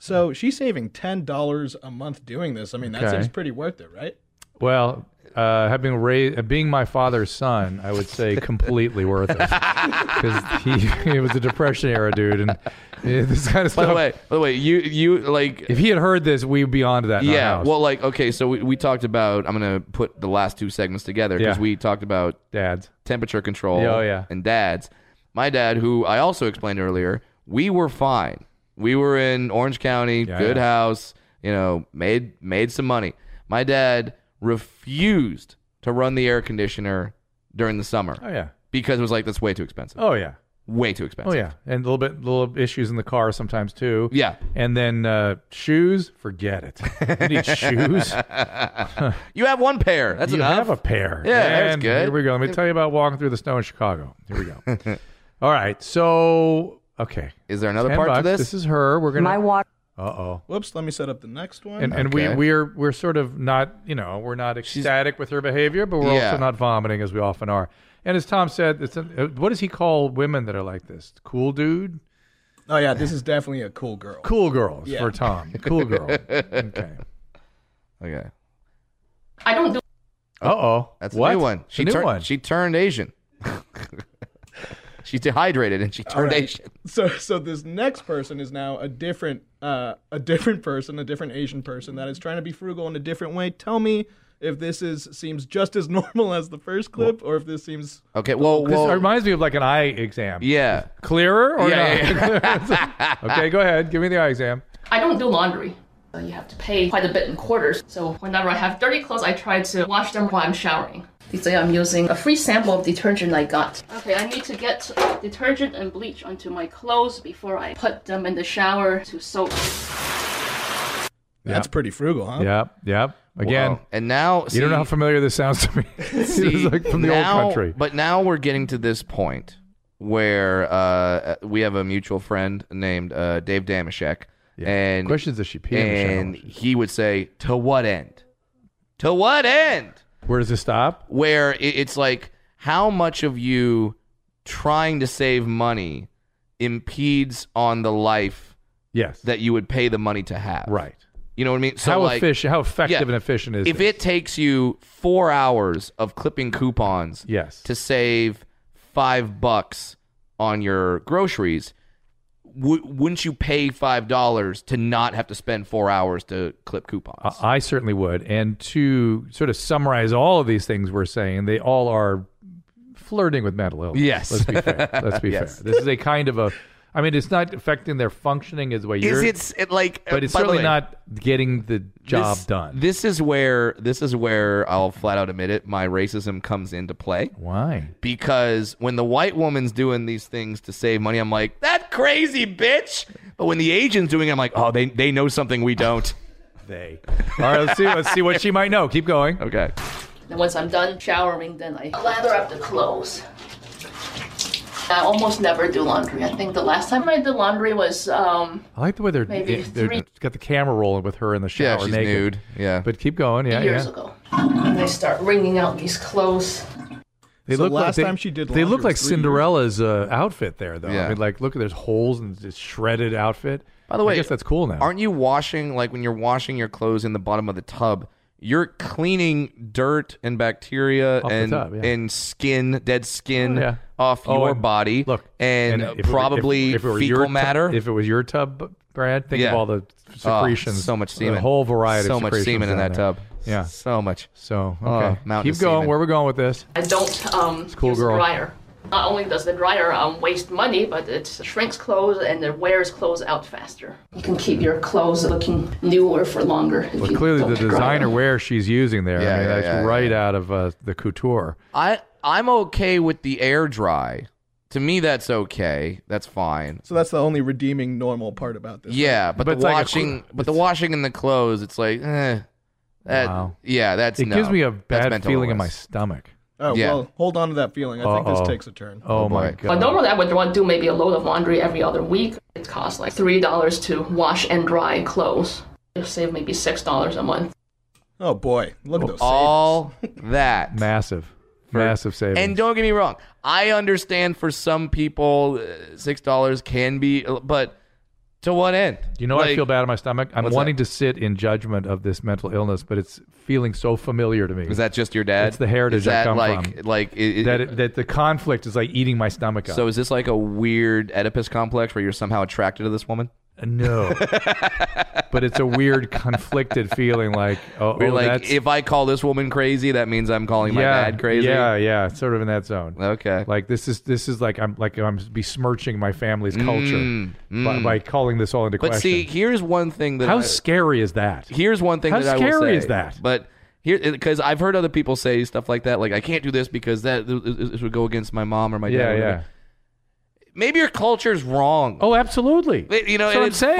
Speaker 6: So she's saving ten dollars a month doing this. I mean, that
Speaker 2: Okay.
Speaker 6: seems pretty worth it, right?
Speaker 2: Well, uh, having raised, being my father's son, I would say completely
Speaker 3: [LAUGHS]
Speaker 2: worth it because he, [LAUGHS] he was a depression era dude, and yeah, this kind of
Speaker 3: By
Speaker 2: stuff.
Speaker 3: the way, by the way, you you like.
Speaker 2: if he had heard this, we'd be on to that. in our
Speaker 3: Yeah,
Speaker 2: house.
Speaker 3: well, like okay, so we, we talked about. I'm gonna put the last two segments together because
Speaker 2: Yeah.
Speaker 3: we talked about
Speaker 2: dads.
Speaker 3: temperature control
Speaker 2: Yeah, oh, yeah.
Speaker 3: and dads. My dad, who I also explained earlier, we were fine. We were in Orange County,
Speaker 2: Yeah,
Speaker 3: good
Speaker 2: yeah.
Speaker 3: house, you know, made made some money. My dad refused to run the air conditioner during the summer
Speaker 2: Oh yeah.
Speaker 3: because it was like that's way too expensive.
Speaker 2: Oh yeah.
Speaker 3: Way too expensive.
Speaker 2: Oh yeah. And a little bit, little issues in the car sometimes too.
Speaker 3: Yeah.
Speaker 2: And then uh, shoes, forget it. You
Speaker 3: [LAUGHS]
Speaker 2: need shoes.
Speaker 3: You have one pair. That's
Speaker 2: you
Speaker 3: enough.
Speaker 2: have a pair.
Speaker 3: Yeah, that's
Speaker 2: And
Speaker 3: good.
Speaker 2: Here we go. Let me tell you about walking through the snow in Chicago. Here we
Speaker 3: [LAUGHS]
Speaker 2: go. All right. So, okay.
Speaker 3: is there another
Speaker 2: 10
Speaker 3: part
Speaker 2: bucks.
Speaker 3: to this?
Speaker 2: is her. We're
Speaker 7: My
Speaker 2: gonna.
Speaker 7: water
Speaker 2: Uh oh.
Speaker 6: Whoops. Let me set up the next one.
Speaker 2: And and we
Speaker 3: Okay.
Speaker 2: we're we're sort of not you know we're not ecstatic with her behavior, but we're
Speaker 3: Yeah.
Speaker 2: also not vomiting as we often uh, are. And as Tom said, it's a, what does he call women that are like this? Cool dude.
Speaker 6: Oh yeah, this is definitely a cool girl.
Speaker 2: Cool girls
Speaker 6: Yeah.
Speaker 2: for Tom.
Speaker 3: [LAUGHS]
Speaker 2: Cool girl. okay.
Speaker 3: Okay.
Speaker 8: I don't do
Speaker 2: Uh oh.
Speaker 3: That's
Speaker 2: what?
Speaker 3: a new one. She
Speaker 2: a new
Speaker 3: turned
Speaker 2: one.
Speaker 3: she turned Asian. [LAUGHS] She's dehydrated and she turned Asian.
Speaker 6: So so this next person is now a different uh, a different person, a different Asian person that is trying to be frugal in a different way. Tell me if this is seems just as [LAUGHS] normal as the first clip, or if this seems
Speaker 3: Okay, well,
Speaker 2: this
Speaker 3: well
Speaker 2: reminds me of like an eye exam.
Speaker 3: yeah.
Speaker 2: Clearer or
Speaker 3: Yeah, yeah,
Speaker 2: not? [LAUGHS] okay, go ahead. Give me the eye exam.
Speaker 8: I don't do laundry. So You have to pay quite a bit in quarters. So whenever I have dirty clothes, I try to wash them while I'm showering. These days I'm using a free sample of detergent I got. Okay, I need to get detergent and bleach onto my clothes before I put them in the shower to soak.
Speaker 6: that's pretty frugal, huh?
Speaker 2: Yep. Yep. Again,
Speaker 3: Wow. and now
Speaker 2: you don't know how
Speaker 3: see-
Speaker 2: familiar this
Speaker 3: [LAUGHS]
Speaker 2: sounds to me. [LAUGHS] This is like from the
Speaker 3: now,
Speaker 2: old country.
Speaker 3: But now we're getting to this point where uh, we have a mutual friend named uh, Dave Damashek. And
Speaker 2: Questions that she peed in
Speaker 3: and
Speaker 2: the shower.
Speaker 3: he would say, "To what end? To what end?"
Speaker 2: Where does this stop?
Speaker 3: Where it, it's like, how much of you trying to save money impedes on the life
Speaker 2: Yes.
Speaker 3: that you would pay the money to have?
Speaker 2: right.
Speaker 3: You know what I mean? So
Speaker 2: how
Speaker 3: like,
Speaker 2: efficient? How effective
Speaker 3: Yeah.
Speaker 2: and efficient is
Speaker 3: if
Speaker 2: this?
Speaker 3: it takes you four hours of clipping coupons
Speaker 2: Yes.
Speaker 3: to save five bucks on your groceries, w- wouldn't you pay five dollars to not have to spend four hours to clip coupons?
Speaker 2: I I certainly would. And to sort of summarize all of these things we're saying, they all are flirting with mental illness.
Speaker 3: Yes.
Speaker 2: Let's be fair. Let's
Speaker 3: [LAUGHS]
Speaker 2: be
Speaker 3: Yes.
Speaker 2: fair. This is a kind of a. I mean, it's not affecting their functioning as way
Speaker 3: is
Speaker 2: you're.
Speaker 3: it's it like?
Speaker 2: but it's
Speaker 3: by the
Speaker 2: certainly
Speaker 3: way,
Speaker 2: not getting the job
Speaker 3: this-
Speaker 2: done.
Speaker 3: This is where this is where I'll flat out admit it. My racism comes into play
Speaker 2: Why?
Speaker 3: because when the white woman's doing these things to save money, I'm like that crazy bitch. But when the Asian's doing it, I'm like, oh, they they know something we
Speaker 2: [LAUGHS]
Speaker 3: don't.
Speaker 2: They. All right. Let's see. Let's see what she might know. Keep going.
Speaker 3: Okay.
Speaker 8: And once I'm done showering, then I lather up the clothes. I almost never do laundry. I think the last time I did laundry was um,
Speaker 2: I like the way they're,
Speaker 8: Maybe
Speaker 2: they're
Speaker 8: three.
Speaker 2: got the camera rolling with her in the
Speaker 3: Yeah,
Speaker 2: shower
Speaker 3: she's
Speaker 2: naked.
Speaker 3: nude. Yeah.
Speaker 2: But keep going. Yeah.
Speaker 8: years
Speaker 2: yeah.
Speaker 8: ago. And I start wringing out these clothes.
Speaker 2: They
Speaker 6: So
Speaker 2: look like
Speaker 6: last
Speaker 2: they,
Speaker 6: time she did
Speaker 2: They look
Speaker 6: laundry
Speaker 2: like
Speaker 6: was three years
Speaker 2: Cinderella's uh, outfit there, though. I
Speaker 3: Yeah.
Speaker 2: mean, like, look, there's holes in this shredded outfit.
Speaker 3: By the way,
Speaker 2: I guess that's cool now.
Speaker 3: aren't you washing like when you're washing your clothes in the bottom of the tub? You're cleaning dirt and bacteria
Speaker 2: Off the
Speaker 3: and
Speaker 2: tub, yeah.
Speaker 3: and skin, dead skin
Speaker 2: Oh, yeah.
Speaker 3: off
Speaker 2: Oh,
Speaker 3: your
Speaker 2: and
Speaker 3: body.
Speaker 2: Look,
Speaker 3: and,
Speaker 2: if it were- if-
Speaker 3: probably
Speaker 2: if it were
Speaker 3: fecal
Speaker 2: your tub-
Speaker 3: matter.
Speaker 2: if it was your tub, Brad, think
Speaker 3: Yeah.
Speaker 2: of all the
Speaker 3: Oh,
Speaker 2: secretions,
Speaker 3: so much semen,
Speaker 2: the whole variety,
Speaker 3: so
Speaker 2: of
Speaker 3: much
Speaker 2: secretions
Speaker 3: semen in
Speaker 2: down
Speaker 3: that
Speaker 2: there.
Speaker 3: tub.
Speaker 2: Yeah.
Speaker 3: so much.
Speaker 2: So
Speaker 3: Oh,
Speaker 2: okay,
Speaker 3: mountain
Speaker 2: keep
Speaker 3: of
Speaker 2: going.
Speaker 3: semen.
Speaker 2: Where we going with this?
Speaker 8: I don't um,
Speaker 2: cool,
Speaker 8: use
Speaker 2: girl.
Speaker 8: a dryer. Not only does the dryer um, waste money, but it shrinks clothes and it wears clothes out faster. You can keep your clothes looking newer for longer. If
Speaker 2: Well,
Speaker 8: you
Speaker 2: clearly
Speaker 8: don't
Speaker 2: the
Speaker 8: dry
Speaker 2: designer
Speaker 8: them.
Speaker 2: wear she's using there. I
Speaker 3: Yeah,
Speaker 2: mean,
Speaker 3: yeah,
Speaker 2: that's
Speaker 3: yeah,
Speaker 2: right out of uh, the couture.
Speaker 3: I I'm okay with the air dry. To me, that's okay. That's fine.
Speaker 6: So that's the only redeeming normal part about this.
Speaker 3: Yeah, but,
Speaker 2: But it's
Speaker 3: the
Speaker 2: like a
Speaker 3: washing,
Speaker 2: cl-
Speaker 3: but the washing in the clothes, it's like, eh, that,
Speaker 2: Wow.
Speaker 3: yeah, that's
Speaker 2: It
Speaker 3: no.
Speaker 2: gives me a
Speaker 3: That's
Speaker 2: bad
Speaker 3: mental
Speaker 2: feeling in my
Speaker 3: illness.
Speaker 2: stomach.
Speaker 6: Oh
Speaker 3: Yeah.
Speaker 6: well, hold on to that feeling. I think
Speaker 2: Uh-oh.
Speaker 6: this takes a turn.
Speaker 2: Oh,
Speaker 3: Oh,
Speaker 2: my
Speaker 3: boy.
Speaker 8: But
Speaker 2: god!
Speaker 8: normally I would want to do maybe a load of laundry every other week. It costs like three dollars to wash and dry clothes. You save maybe six dollars a month.
Speaker 6: Oh boy, look at those.
Speaker 2: [LAUGHS]
Speaker 3: all that.
Speaker 2: Massive, massive savings.
Speaker 3: And don't get me wrong, I understand for some people uh, six dollars can be, but to what end?
Speaker 2: You know, I
Speaker 3: Like,
Speaker 2: feel bad in my stomach. I'm
Speaker 3: what's
Speaker 2: wanting to sit in judgment of this mental illness, but it's feeling so familiar to me.
Speaker 3: Is that just your dad?
Speaker 2: It's the heritage
Speaker 3: Is that
Speaker 2: I come
Speaker 3: like,
Speaker 2: from.
Speaker 3: Like it, it-
Speaker 2: that it- that the conflict is like eating my stomach up?
Speaker 3: so is this like a weird Oedipus complex where you're somehow attracted to this woman?
Speaker 2: Uh,
Speaker 3: [LAUGHS]
Speaker 2: no, but it's a weird conflicted feeling. Like
Speaker 3: Where
Speaker 2: oh, oh,
Speaker 3: you're like,
Speaker 2: that's,
Speaker 3: if I call this woman crazy, that means I'm calling my
Speaker 2: yeah,
Speaker 3: dad crazy.
Speaker 2: Yeah, yeah, it's sort of in that zone.
Speaker 3: Okay.
Speaker 2: Like this is this is like I'm like I'm besmirching my family's culture by, by calling this all into
Speaker 3: Mm, but
Speaker 2: question.
Speaker 3: see, here's one thing that
Speaker 2: How
Speaker 3: I-
Speaker 2: scary is that?
Speaker 3: here's one thing
Speaker 2: How
Speaker 3: that I will
Speaker 2: scary
Speaker 3: say,
Speaker 2: is that?
Speaker 3: But here, because I've heard other people say stuff like that, like I can't do this because that this would go against my mom or my dad.
Speaker 2: yeah,
Speaker 3: or whatever.
Speaker 2: yeah.
Speaker 3: Maybe your culture's wrong.
Speaker 2: Oh, absolutely.
Speaker 3: It- you know,
Speaker 2: That's
Speaker 3: and
Speaker 2: what I'm
Speaker 3: it's
Speaker 2: saying.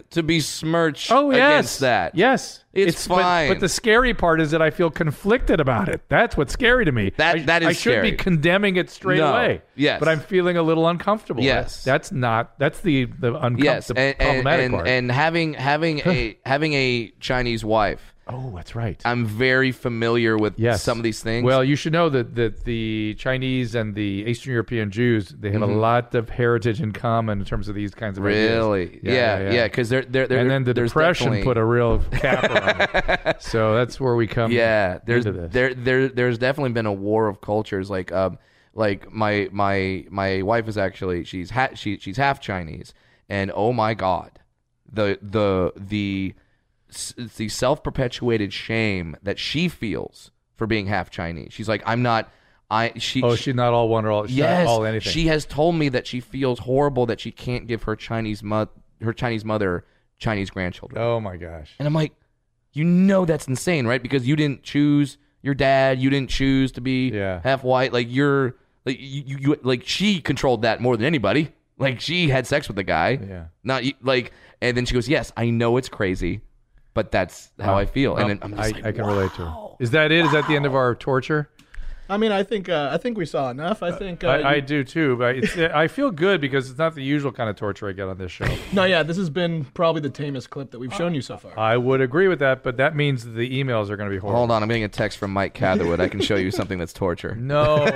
Speaker 3: fine to be smirched
Speaker 2: Oh yes,
Speaker 3: against that.
Speaker 2: Yes,
Speaker 3: It's
Speaker 2: but-
Speaker 3: fine.
Speaker 2: But, the scary part is that I feel conflicted about it. That's what's scary to me.
Speaker 3: That-
Speaker 2: I,
Speaker 3: that is
Speaker 2: I should
Speaker 3: scary.
Speaker 2: be condemning it straight
Speaker 3: No.
Speaker 2: away.
Speaker 3: Yes.
Speaker 2: but I'm feeling a little uncomfortable.
Speaker 3: Yes.
Speaker 2: That- that's not. That's the the uncomfortable
Speaker 3: Yes, and and,
Speaker 2: problematic
Speaker 3: and,
Speaker 2: part. [LAUGHS]
Speaker 3: and having having a having a Chinese wife
Speaker 2: Oh, that's right.
Speaker 3: I'm very familiar with
Speaker 2: yes.
Speaker 3: some of these things.
Speaker 2: Well, you should know that, that the Chinese and the Eastern European Jews, they have
Speaker 3: Mm-hmm.
Speaker 2: a lot of heritage in common in terms of these kinds of ideas.
Speaker 3: really, yeah, yeah, because they're, they're,
Speaker 2: and then the
Speaker 3: there's
Speaker 2: depression
Speaker 3: definitely-
Speaker 2: put a
Speaker 3: [LAUGHS]
Speaker 2: real cap on it. So that's where we come.
Speaker 3: yeah there's
Speaker 2: into this.
Speaker 3: there there there's definitely been a war of cultures like um like my my my wife is actually she's ha- she she's half Chinese and oh my god the the the s- the self-perpetuated shame that she feels for being half Chinese she's like I'm not I she
Speaker 2: oh, she's not all one or all. She's
Speaker 3: yes
Speaker 2: not all anything.
Speaker 3: she has told me that she feels horrible that she can't give her Chinese mo- her Chinese mother Chinese grandchildren
Speaker 2: oh my gosh.
Speaker 3: and I'm like, you know that's insane, right? Because you didn't choose your dad, you didn't choose to be
Speaker 2: Yeah.
Speaker 3: half white. Like you're like you, you, you like she controlled that more than anybody. Like she had sex with the guy.
Speaker 2: Yeah.
Speaker 3: Not you- like and then she goes, "Yes, I know it's crazy, but that's how I feel." And then I'm
Speaker 2: I,
Speaker 3: just like,
Speaker 2: I can relate to. Her. Is that it? Is that the end of our torture?
Speaker 6: I mean, I think uh, I think we saw enough. I think uh,
Speaker 2: I, I
Speaker 6: you-
Speaker 2: do too, but it's, I feel good because it's not the usual kind of torture I get on this
Speaker 3: [LAUGHS]
Speaker 2: show.
Speaker 6: no, yeah, this has been probably the tamest clip that we've shown you so far.
Speaker 2: I would agree with that, but that means the emails are going to be horrible.
Speaker 3: "Hold on, I'm getting a text from Mike Catherwood. I can show you something that's torture."
Speaker 2: [LAUGHS] No.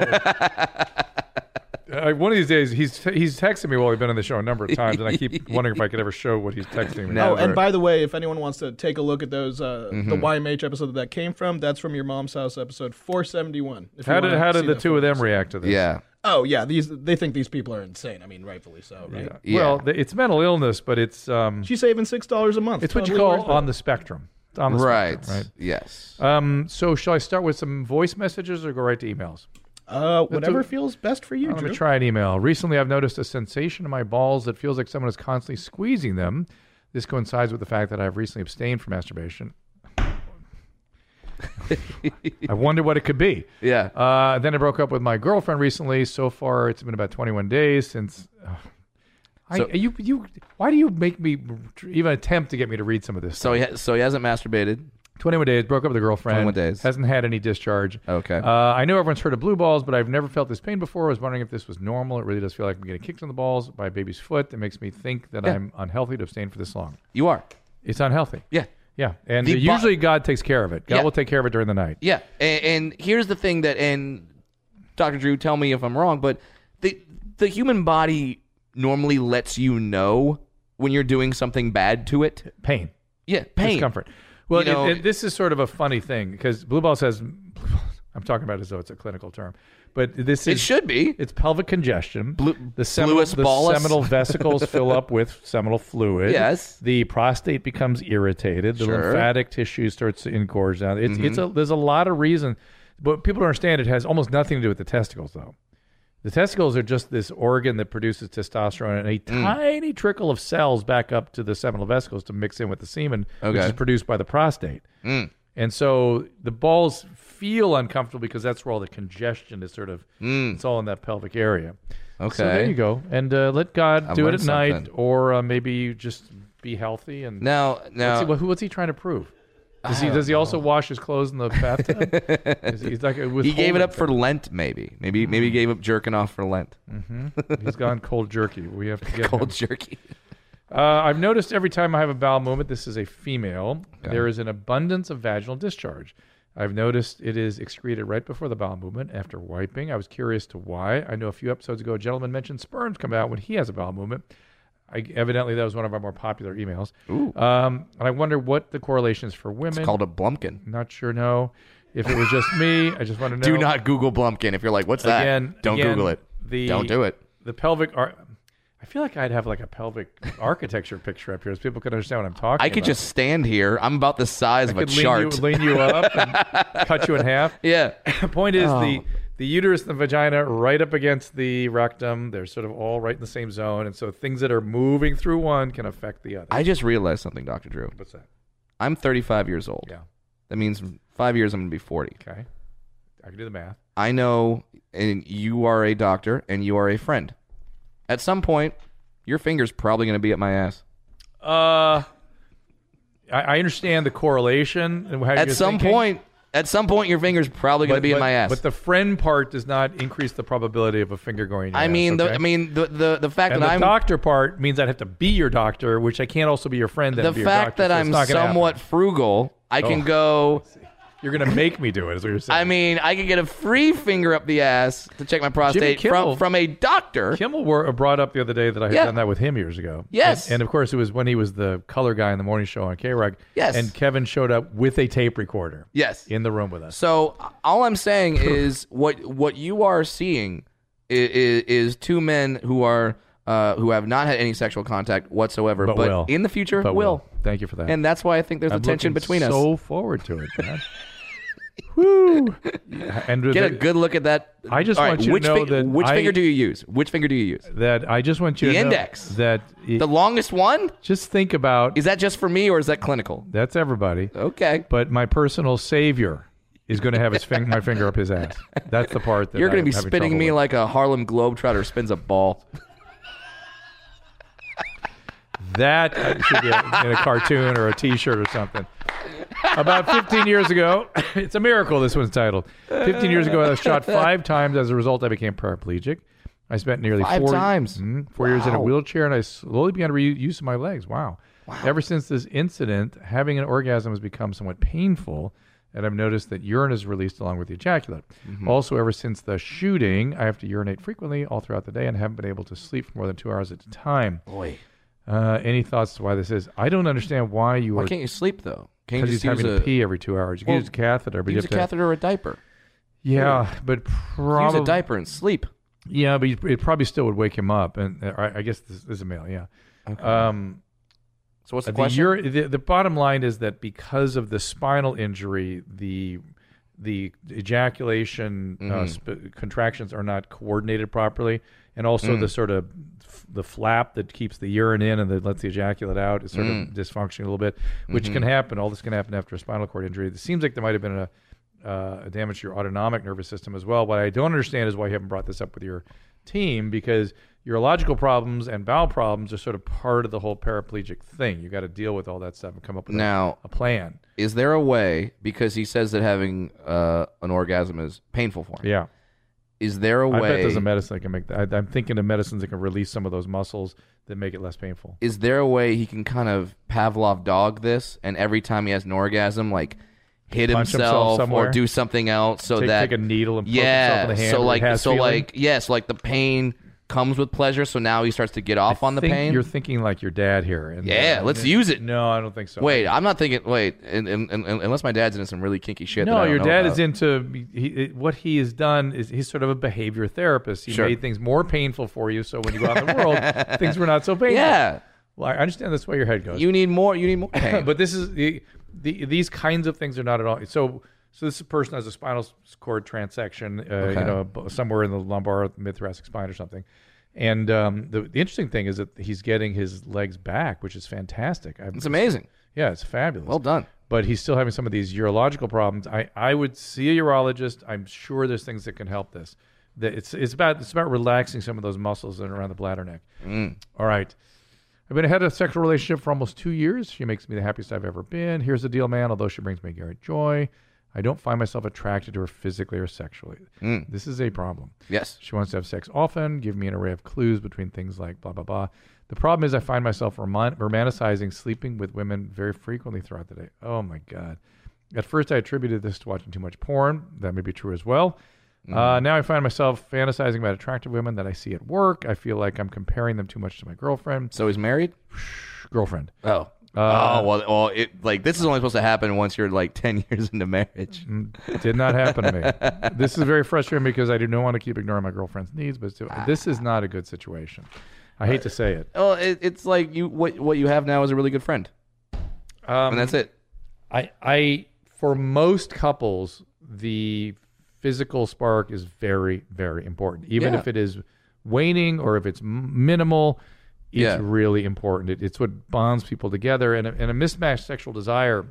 Speaker 2: Uh, one of these days, he's he's texted me while we've been on the show a number of times, and I keep wondering if I could ever show what he's texting me.
Speaker 3: No.
Speaker 6: Oh, and by the way, if anyone wants to take a look at those, uh, the
Speaker 2: Mm-hmm.
Speaker 6: YMH episode that, that came from, that's from your mom's house, episode 471. if you
Speaker 2: How did
Speaker 6: wanna
Speaker 2: how
Speaker 6: see
Speaker 2: did the
Speaker 6: that
Speaker 2: two of
Speaker 6: photo.
Speaker 2: them react to this?
Speaker 3: Yeah.
Speaker 6: Oh yeah, these they think these people are insane. I mean, rightfully so, right?
Speaker 3: Yeah.
Speaker 2: Well, th- it's mental illness, but it's um,
Speaker 6: She's saving six dollars a month.
Speaker 2: it's what you
Speaker 6: Totally
Speaker 2: call
Speaker 6: worth it.
Speaker 2: on the spectrum. It's on the
Speaker 3: Right.
Speaker 2: spectrum,
Speaker 3: Yes.
Speaker 2: right? Um, so shall I start with some voice messages or go right to emails?
Speaker 6: uh, whatever feels best for you,
Speaker 2: I'm going
Speaker 6: Drew.
Speaker 2: to try an email. Recently, I've noticed a sensation in my balls that feels like someone is constantly squeezing them. This coincides with the fact that I've recently abstained from masturbation. I wonder what it could be.
Speaker 3: Yeah.
Speaker 2: Uh, then I broke up with my girlfriend recently. So far, it's been about 21 days since. I,
Speaker 3: So-
Speaker 2: you, you, why do you make me even attempt to get me to read some of this?
Speaker 3: so he ha- so he hasn't masturbated.
Speaker 2: 21 days, broke up with a girlfriend.
Speaker 3: 21 days.
Speaker 2: Hasn't had any discharge.
Speaker 3: Okay.
Speaker 2: Uh, I know everyone's heard of blue balls, but I've never felt this pain before. I was wondering if this was normal. It really does feel like I'm getting kicked in the balls by a baby's foot. It makes me think that I'm unhealthy to abstain for this long.
Speaker 3: You are.
Speaker 2: It's unhealthy.
Speaker 3: Yeah.
Speaker 2: Yeah. And
Speaker 3: The bo-
Speaker 2: usually God takes care of it. God
Speaker 3: Yeah.
Speaker 2: will take care of it during the night.
Speaker 3: Yeah, and, and here's the thing that, and Dr. Drew, tell me if I'm wrong, but the the human body normally lets you know when you're doing something bad to it.
Speaker 2: Pain.
Speaker 3: Yeah, pain.
Speaker 2: Discomfort. Well,
Speaker 3: You know-
Speaker 2: it, it- this is sort of a funny thing because blue balls has, [LAUGHS] I'm talking about it as though it's a clinical term, but this
Speaker 3: It
Speaker 2: is.
Speaker 3: should be.
Speaker 2: It's pelvic congestion. the
Speaker 3: bluest
Speaker 2: the
Speaker 3: ballast. [LAUGHS]
Speaker 2: seminal vesicles fill up with seminal fluid.
Speaker 3: Yes.
Speaker 2: The prostate becomes irritated. The
Speaker 3: Sure. Mm-hmm.
Speaker 2: lymphatic tissue starts to engorge down. It's, it's a, there's a lot of reason, but people don't understand it has almost nothing to do with the testicles, though. The testicles are just this organ that produces testosterone and a
Speaker 3: Mm.
Speaker 2: tiny trickle of cells back up to the seminal vesicles to mix in with the semen, which
Speaker 3: Okay. Mm.
Speaker 2: is produced by the prostate. And so the balls feel uncomfortable because that's where all the congestion is sort of, it's all in that pelvic area.
Speaker 3: Mm. Okay.
Speaker 2: So there you go. And uh, let God do it
Speaker 3: learned
Speaker 2: at night,
Speaker 3: something.
Speaker 2: or uh, maybe you just be healthy. And
Speaker 3: Now,
Speaker 2: What's,
Speaker 3: now,
Speaker 2: he, wha- who- what's he trying to prove? Does he does he also wash his clothes in the bathtub?
Speaker 3: [LAUGHS]
Speaker 2: Is he- he's like uh,
Speaker 3: he gave it up for Lent, maybe. Maybe, maybe he
Speaker 2: Mm.
Speaker 3: gave up jerking off for Lent.
Speaker 2: [LAUGHS] He's gone cold jerky. We
Speaker 3: [LAUGHS]
Speaker 2: have to get him.
Speaker 3: Cold
Speaker 2: [LAUGHS]
Speaker 3: jerky.
Speaker 2: Uh, I've noticed every time I have a bowel movement, this is a female, there is an abundance of vaginal discharge. I've noticed it is excreted right before the bowel movement after wiping. I was curious to why. I know a few episodes ago, a gentleman mentioned sperms come out when he has a bowel movement. I, evidently, that was one of our more popular emails. Um, and I wonder what the correlation is for women.
Speaker 3: Called a blumpkin.
Speaker 2: not sure, no. If it was just me, I just want to know.
Speaker 3: [LAUGHS] Do not Google blumpkin if you're like, what's that?
Speaker 2: Again,
Speaker 3: Don't
Speaker 2: again,
Speaker 3: Google it.
Speaker 2: the-
Speaker 3: Don't do it.
Speaker 2: The pelvic. Ar- I feel like I'd have like
Speaker 3: [LAUGHS]
Speaker 2: a pelvic architecture picture up here so people could understand what I'm talking about.
Speaker 3: I could just stand here. I'm about the size of a
Speaker 2: could lean
Speaker 3: chart.
Speaker 2: you, lean you up
Speaker 3: [LAUGHS]
Speaker 2: and cut you in half.
Speaker 3: yeah.
Speaker 2: The point is the the uterus and the vagina are right up against the rectum. They're sort of all right in the same zone, and so things that are moving through one can affect the other.
Speaker 3: I just realized something, Dr. Drew.
Speaker 2: What's that?
Speaker 3: I'm 35 years old.
Speaker 2: Yeah.
Speaker 3: That means in five years I'm going to be 40.
Speaker 2: Okay. I can do the math.
Speaker 3: I know, and you are a doctor and you are a friend. At some point, your finger's probably going to be at my ass.
Speaker 2: Uh, I, I understand the correlation. And how
Speaker 3: At
Speaker 2: you're
Speaker 3: some
Speaker 2: thinking,
Speaker 3: point, at some point, your finger's probably going to
Speaker 2: but,
Speaker 3: be
Speaker 2: but,
Speaker 3: in my ass.
Speaker 2: But the friend part does not increase the probability of a finger going. in your
Speaker 3: I
Speaker 2: ass,
Speaker 3: mean, the,
Speaker 2: okay?
Speaker 3: I mean, the the, the fact
Speaker 2: And
Speaker 3: that
Speaker 2: the
Speaker 3: I'm
Speaker 2: doctor part means I'd have to be your doctor, which I can't also be your friend. and
Speaker 3: the
Speaker 2: be your
Speaker 3: fact that
Speaker 2: doctor, so it's
Speaker 3: I'm
Speaker 2: not gonna happen. Oh.
Speaker 3: somewhat frugal I can go.
Speaker 2: You're gonna make me do it. Is what you're saying.
Speaker 3: I mean, I can get a free finger up the ass to check my prostate
Speaker 2: Kimmel.
Speaker 3: from from a doctor.
Speaker 2: Kimmel were, brought up the other day that I had
Speaker 3: Yeah.
Speaker 2: done that with him years ago.
Speaker 3: Yes.
Speaker 2: And, and of course, it was when he was the color guy in the morning show on K Rock.
Speaker 3: Yes.
Speaker 2: And Kevin showed up with a tape recorder.
Speaker 3: Yes.
Speaker 2: In the room with us.
Speaker 3: So all I'm saying
Speaker 2: [LAUGHS]
Speaker 3: is what what you are seeing is, is two men who are uh, who have not had any sexual contact whatsoever, but,
Speaker 2: But will.
Speaker 3: in the future
Speaker 2: But
Speaker 3: will.
Speaker 2: Thank you for that.
Speaker 3: And that's why I think there's
Speaker 2: I'm
Speaker 3: a tension
Speaker 2: looking
Speaker 3: between us.
Speaker 2: So forward to it,
Speaker 3: [LAUGHS]
Speaker 2: man. Woo. And with
Speaker 3: Get a
Speaker 2: the-
Speaker 3: good look at that.
Speaker 2: I just
Speaker 3: All right,
Speaker 2: want you to
Speaker 3: which
Speaker 2: know that
Speaker 3: which
Speaker 2: I-
Speaker 3: finger do you use? Which finger do you use?
Speaker 2: that I just want you
Speaker 3: The
Speaker 2: to know
Speaker 3: index.
Speaker 2: that it-
Speaker 3: The longest one?
Speaker 2: just think about
Speaker 3: Is that just for me or is that clinical?
Speaker 2: that's everybody.
Speaker 3: Okay.
Speaker 2: But my personal savior is going to have his fing- my finger up his ass. That's the part that
Speaker 3: You're going
Speaker 2: I'm
Speaker 3: to be
Speaker 2: having
Speaker 3: spinning
Speaker 2: trouble
Speaker 3: me
Speaker 2: with.
Speaker 3: like a Harlem Globetrotter spins a ball.
Speaker 2: That uh, should be a- in a cartoon or a T-shirt or something. About 15 years ago, [LAUGHS] it's a miracle. This one's titled. 15 years ago, I was shot five times. As a result, I became paraplegic. I spent nearly
Speaker 3: Five
Speaker 2: four
Speaker 3: times?
Speaker 2: Mhm, four years in a
Speaker 3: Wow.
Speaker 2: wheelchair, and I slowly began to reuse my legs. Wow. Ever since this incident, having an orgasm has become somewhat painful, and I've noticed that urine is released along with the ejaculate.
Speaker 3: Mm-hmm.
Speaker 2: Also, ever since the shooting, I have to urinate frequently all throughout the day and haven't been able to sleep for more than two hours at a time.
Speaker 3: Boy.
Speaker 2: Uh, any thoughts to why this is? I don't understand why you
Speaker 3: Why
Speaker 2: are
Speaker 3: can't you sleep though? Can't
Speaker 2: because
Speaker 3: you
Speaker 2: he's
Speaker 3: just
Speaker 2: having
Speaker 3: use
Speaker 2: to
Speaker 3: a,
Speaker 2: pee every two hours. You can
Speaker 3: Well,
Speaker 2: use a catheter, but you
Speaker 3: use a
Speaker 2: have to-
Speaker 3: catheter or a diaper?
Speaker 2: Yeah, but
Speaker 3: Use
Speaker 2: probably
Speaker 3: a diaper and sleep.
Speaker 2: Yeah, but you- it probably still would wake him up. And uh, I, I guess this, this is a male. Yeah. Um,
Speaker 3: So what's the,
Speaker 2: the,
Speaker 3: question?
Speaker 2: ur- the the bottom line is that because of the spinal injury, the the ejaculation uh, sp- contractions are not coordinated properly, and also the sort of f- the flap that keeps the urine in and that lets the ejaculate out is sort of dysfunctioning a little bit, which can happen. All this can happen after a spinal cord injury. It seems like there might have been a uh, a damage to your autonomic nervous system as well. What I don't understand is why you haven't brought this up with your team because urological problems and bowel problems are sort of part of the whole paraplegic thing. You got to deal with all that stuff and come up with a-
Speaker 3: Now-
Speaker 2: a, plan.
Speaker 3: Is there a way? Because he says that having uh, an orgasm is painful for him.
Speaker 2: Yeah.
Speaker 3: Is there a
Speaker 2: I bet
Speaker 3: way?
Speaker 2: there's a medicine that can make that. I, I'm thinking of medicines that can release some of those muscles that make it less painful.
Speaker 3: is there a way he can kind of Pavlov dog this, and every time he has an orgasm, like hit
Speaker 2: Punch himself
Speaker 3: himself,
Speaker 2: somewhere?
Speaker 3: or do something else so
Speaker 2: Take-
Speaker 3: that
Speaker 2: take a needle and poke
Speaker 3: yeah,
Speaker 2: himself in the hand
Speaker 3: so
Speaker 2: where it
Speaker 3: like
Speaker 2: has
Speaker 3: so
Speaker 2: feeling?
Speaker 3: like yeah, so like the pain comes with pleasure, so now he starts to get off on the
Speaker 2: Think
Speaker 3: pain.
Speaker 2: You're thinking like your dad here. And
Speaker 3: Yeah, let's use it.
Speaker 2: No, I don't think so.
Speaker 3: Wait, I'm not thinking. Wait, un- un- un- unless my dad's into some really kinky shit. that
Speaker 2: No,
Speaker 3: I don't
Speaker 2: your
Speaker 3: know
Speaker 2: dad
Speaker 3: about.
Speaker 2: is into he, he- what he has done is he's sort of a behavior therapist. He
Speaker 3: Sure.
Speaker 2: made things more painful for you, so when you go out in the
Speaker 3: [LAUGHS]
Speaker 2: world, things were not so painful.
Speaker 3: Yeah,
Speaker 2: well, I understand that's where your head goes.
Speaker 3: you need more. You need [LAUGHS] more. pain.
Speaker 2: [LAUGHS] but this is the, the these kinds of things are not at all. So so this person has a spinal cord transection, uh, you know, b- somewhere in the lumbar mid thoracic spine or something. And um, the, the interesting thing is that he's getting his legs back, which is fantastic. I've,
Speaker 3: it's amazing.
Speaker 2: Yeah, it's fabulous.
Speaker 3: Well done.
Speaker 2: But he's still having some of these urological problems. I, I would see a urologist. I'm sure there's things that can help this. That it's it's about it's about relaxing some of those muscles that are around the bladder neck. All right. I've been had a sexual relationship for almost two years. She makes me the happiest I've ever been. Here's the deal, man. Although she brings me great joy, I don't find myself attracted to her physically or sexually. This is a problem.
Speaker 3: Yes.
Speaker 2: She wants to have sex often, give me an array of clues between things like blah, blah, blah. The problem is, I find myself roman- romanticizing sleeping with women very frequently throughout the day. Oh my God. At first, I attributed this to watching too much porn. That may be true as well. Uh, now I find myself fantasizing about attractive women that I see at work. I feel like I'm comparing them too much to my girlfriend.
Speaker 3: So he's married.
Speaker 2: Girlfriend.
Speaker 3: Oh. oh well, well, it like this is only supposed to happen once you're like [LAUGHS] ten years into marriage.
Speaker 2: Did not happen to me. this is very frustrating because I do not want to keep ignoring my girlfriend's needs, but still- this is not a good situation. I hate to say it.
Speaker 3: Well, it, it's like you what what you have now is a really good friend,
Speaker 2: Um,
Speaker 3: and that's it.
Speaker 2: I I for most couples the physical spark is very very important even
Speaker 3: Yeah.
Speaker 2: if it is waning or if it's m- minimal it's
Speaker 3: Yeah.
Speaker 2: really important it, it's what bonds people together and a, and a mismatched sexual desire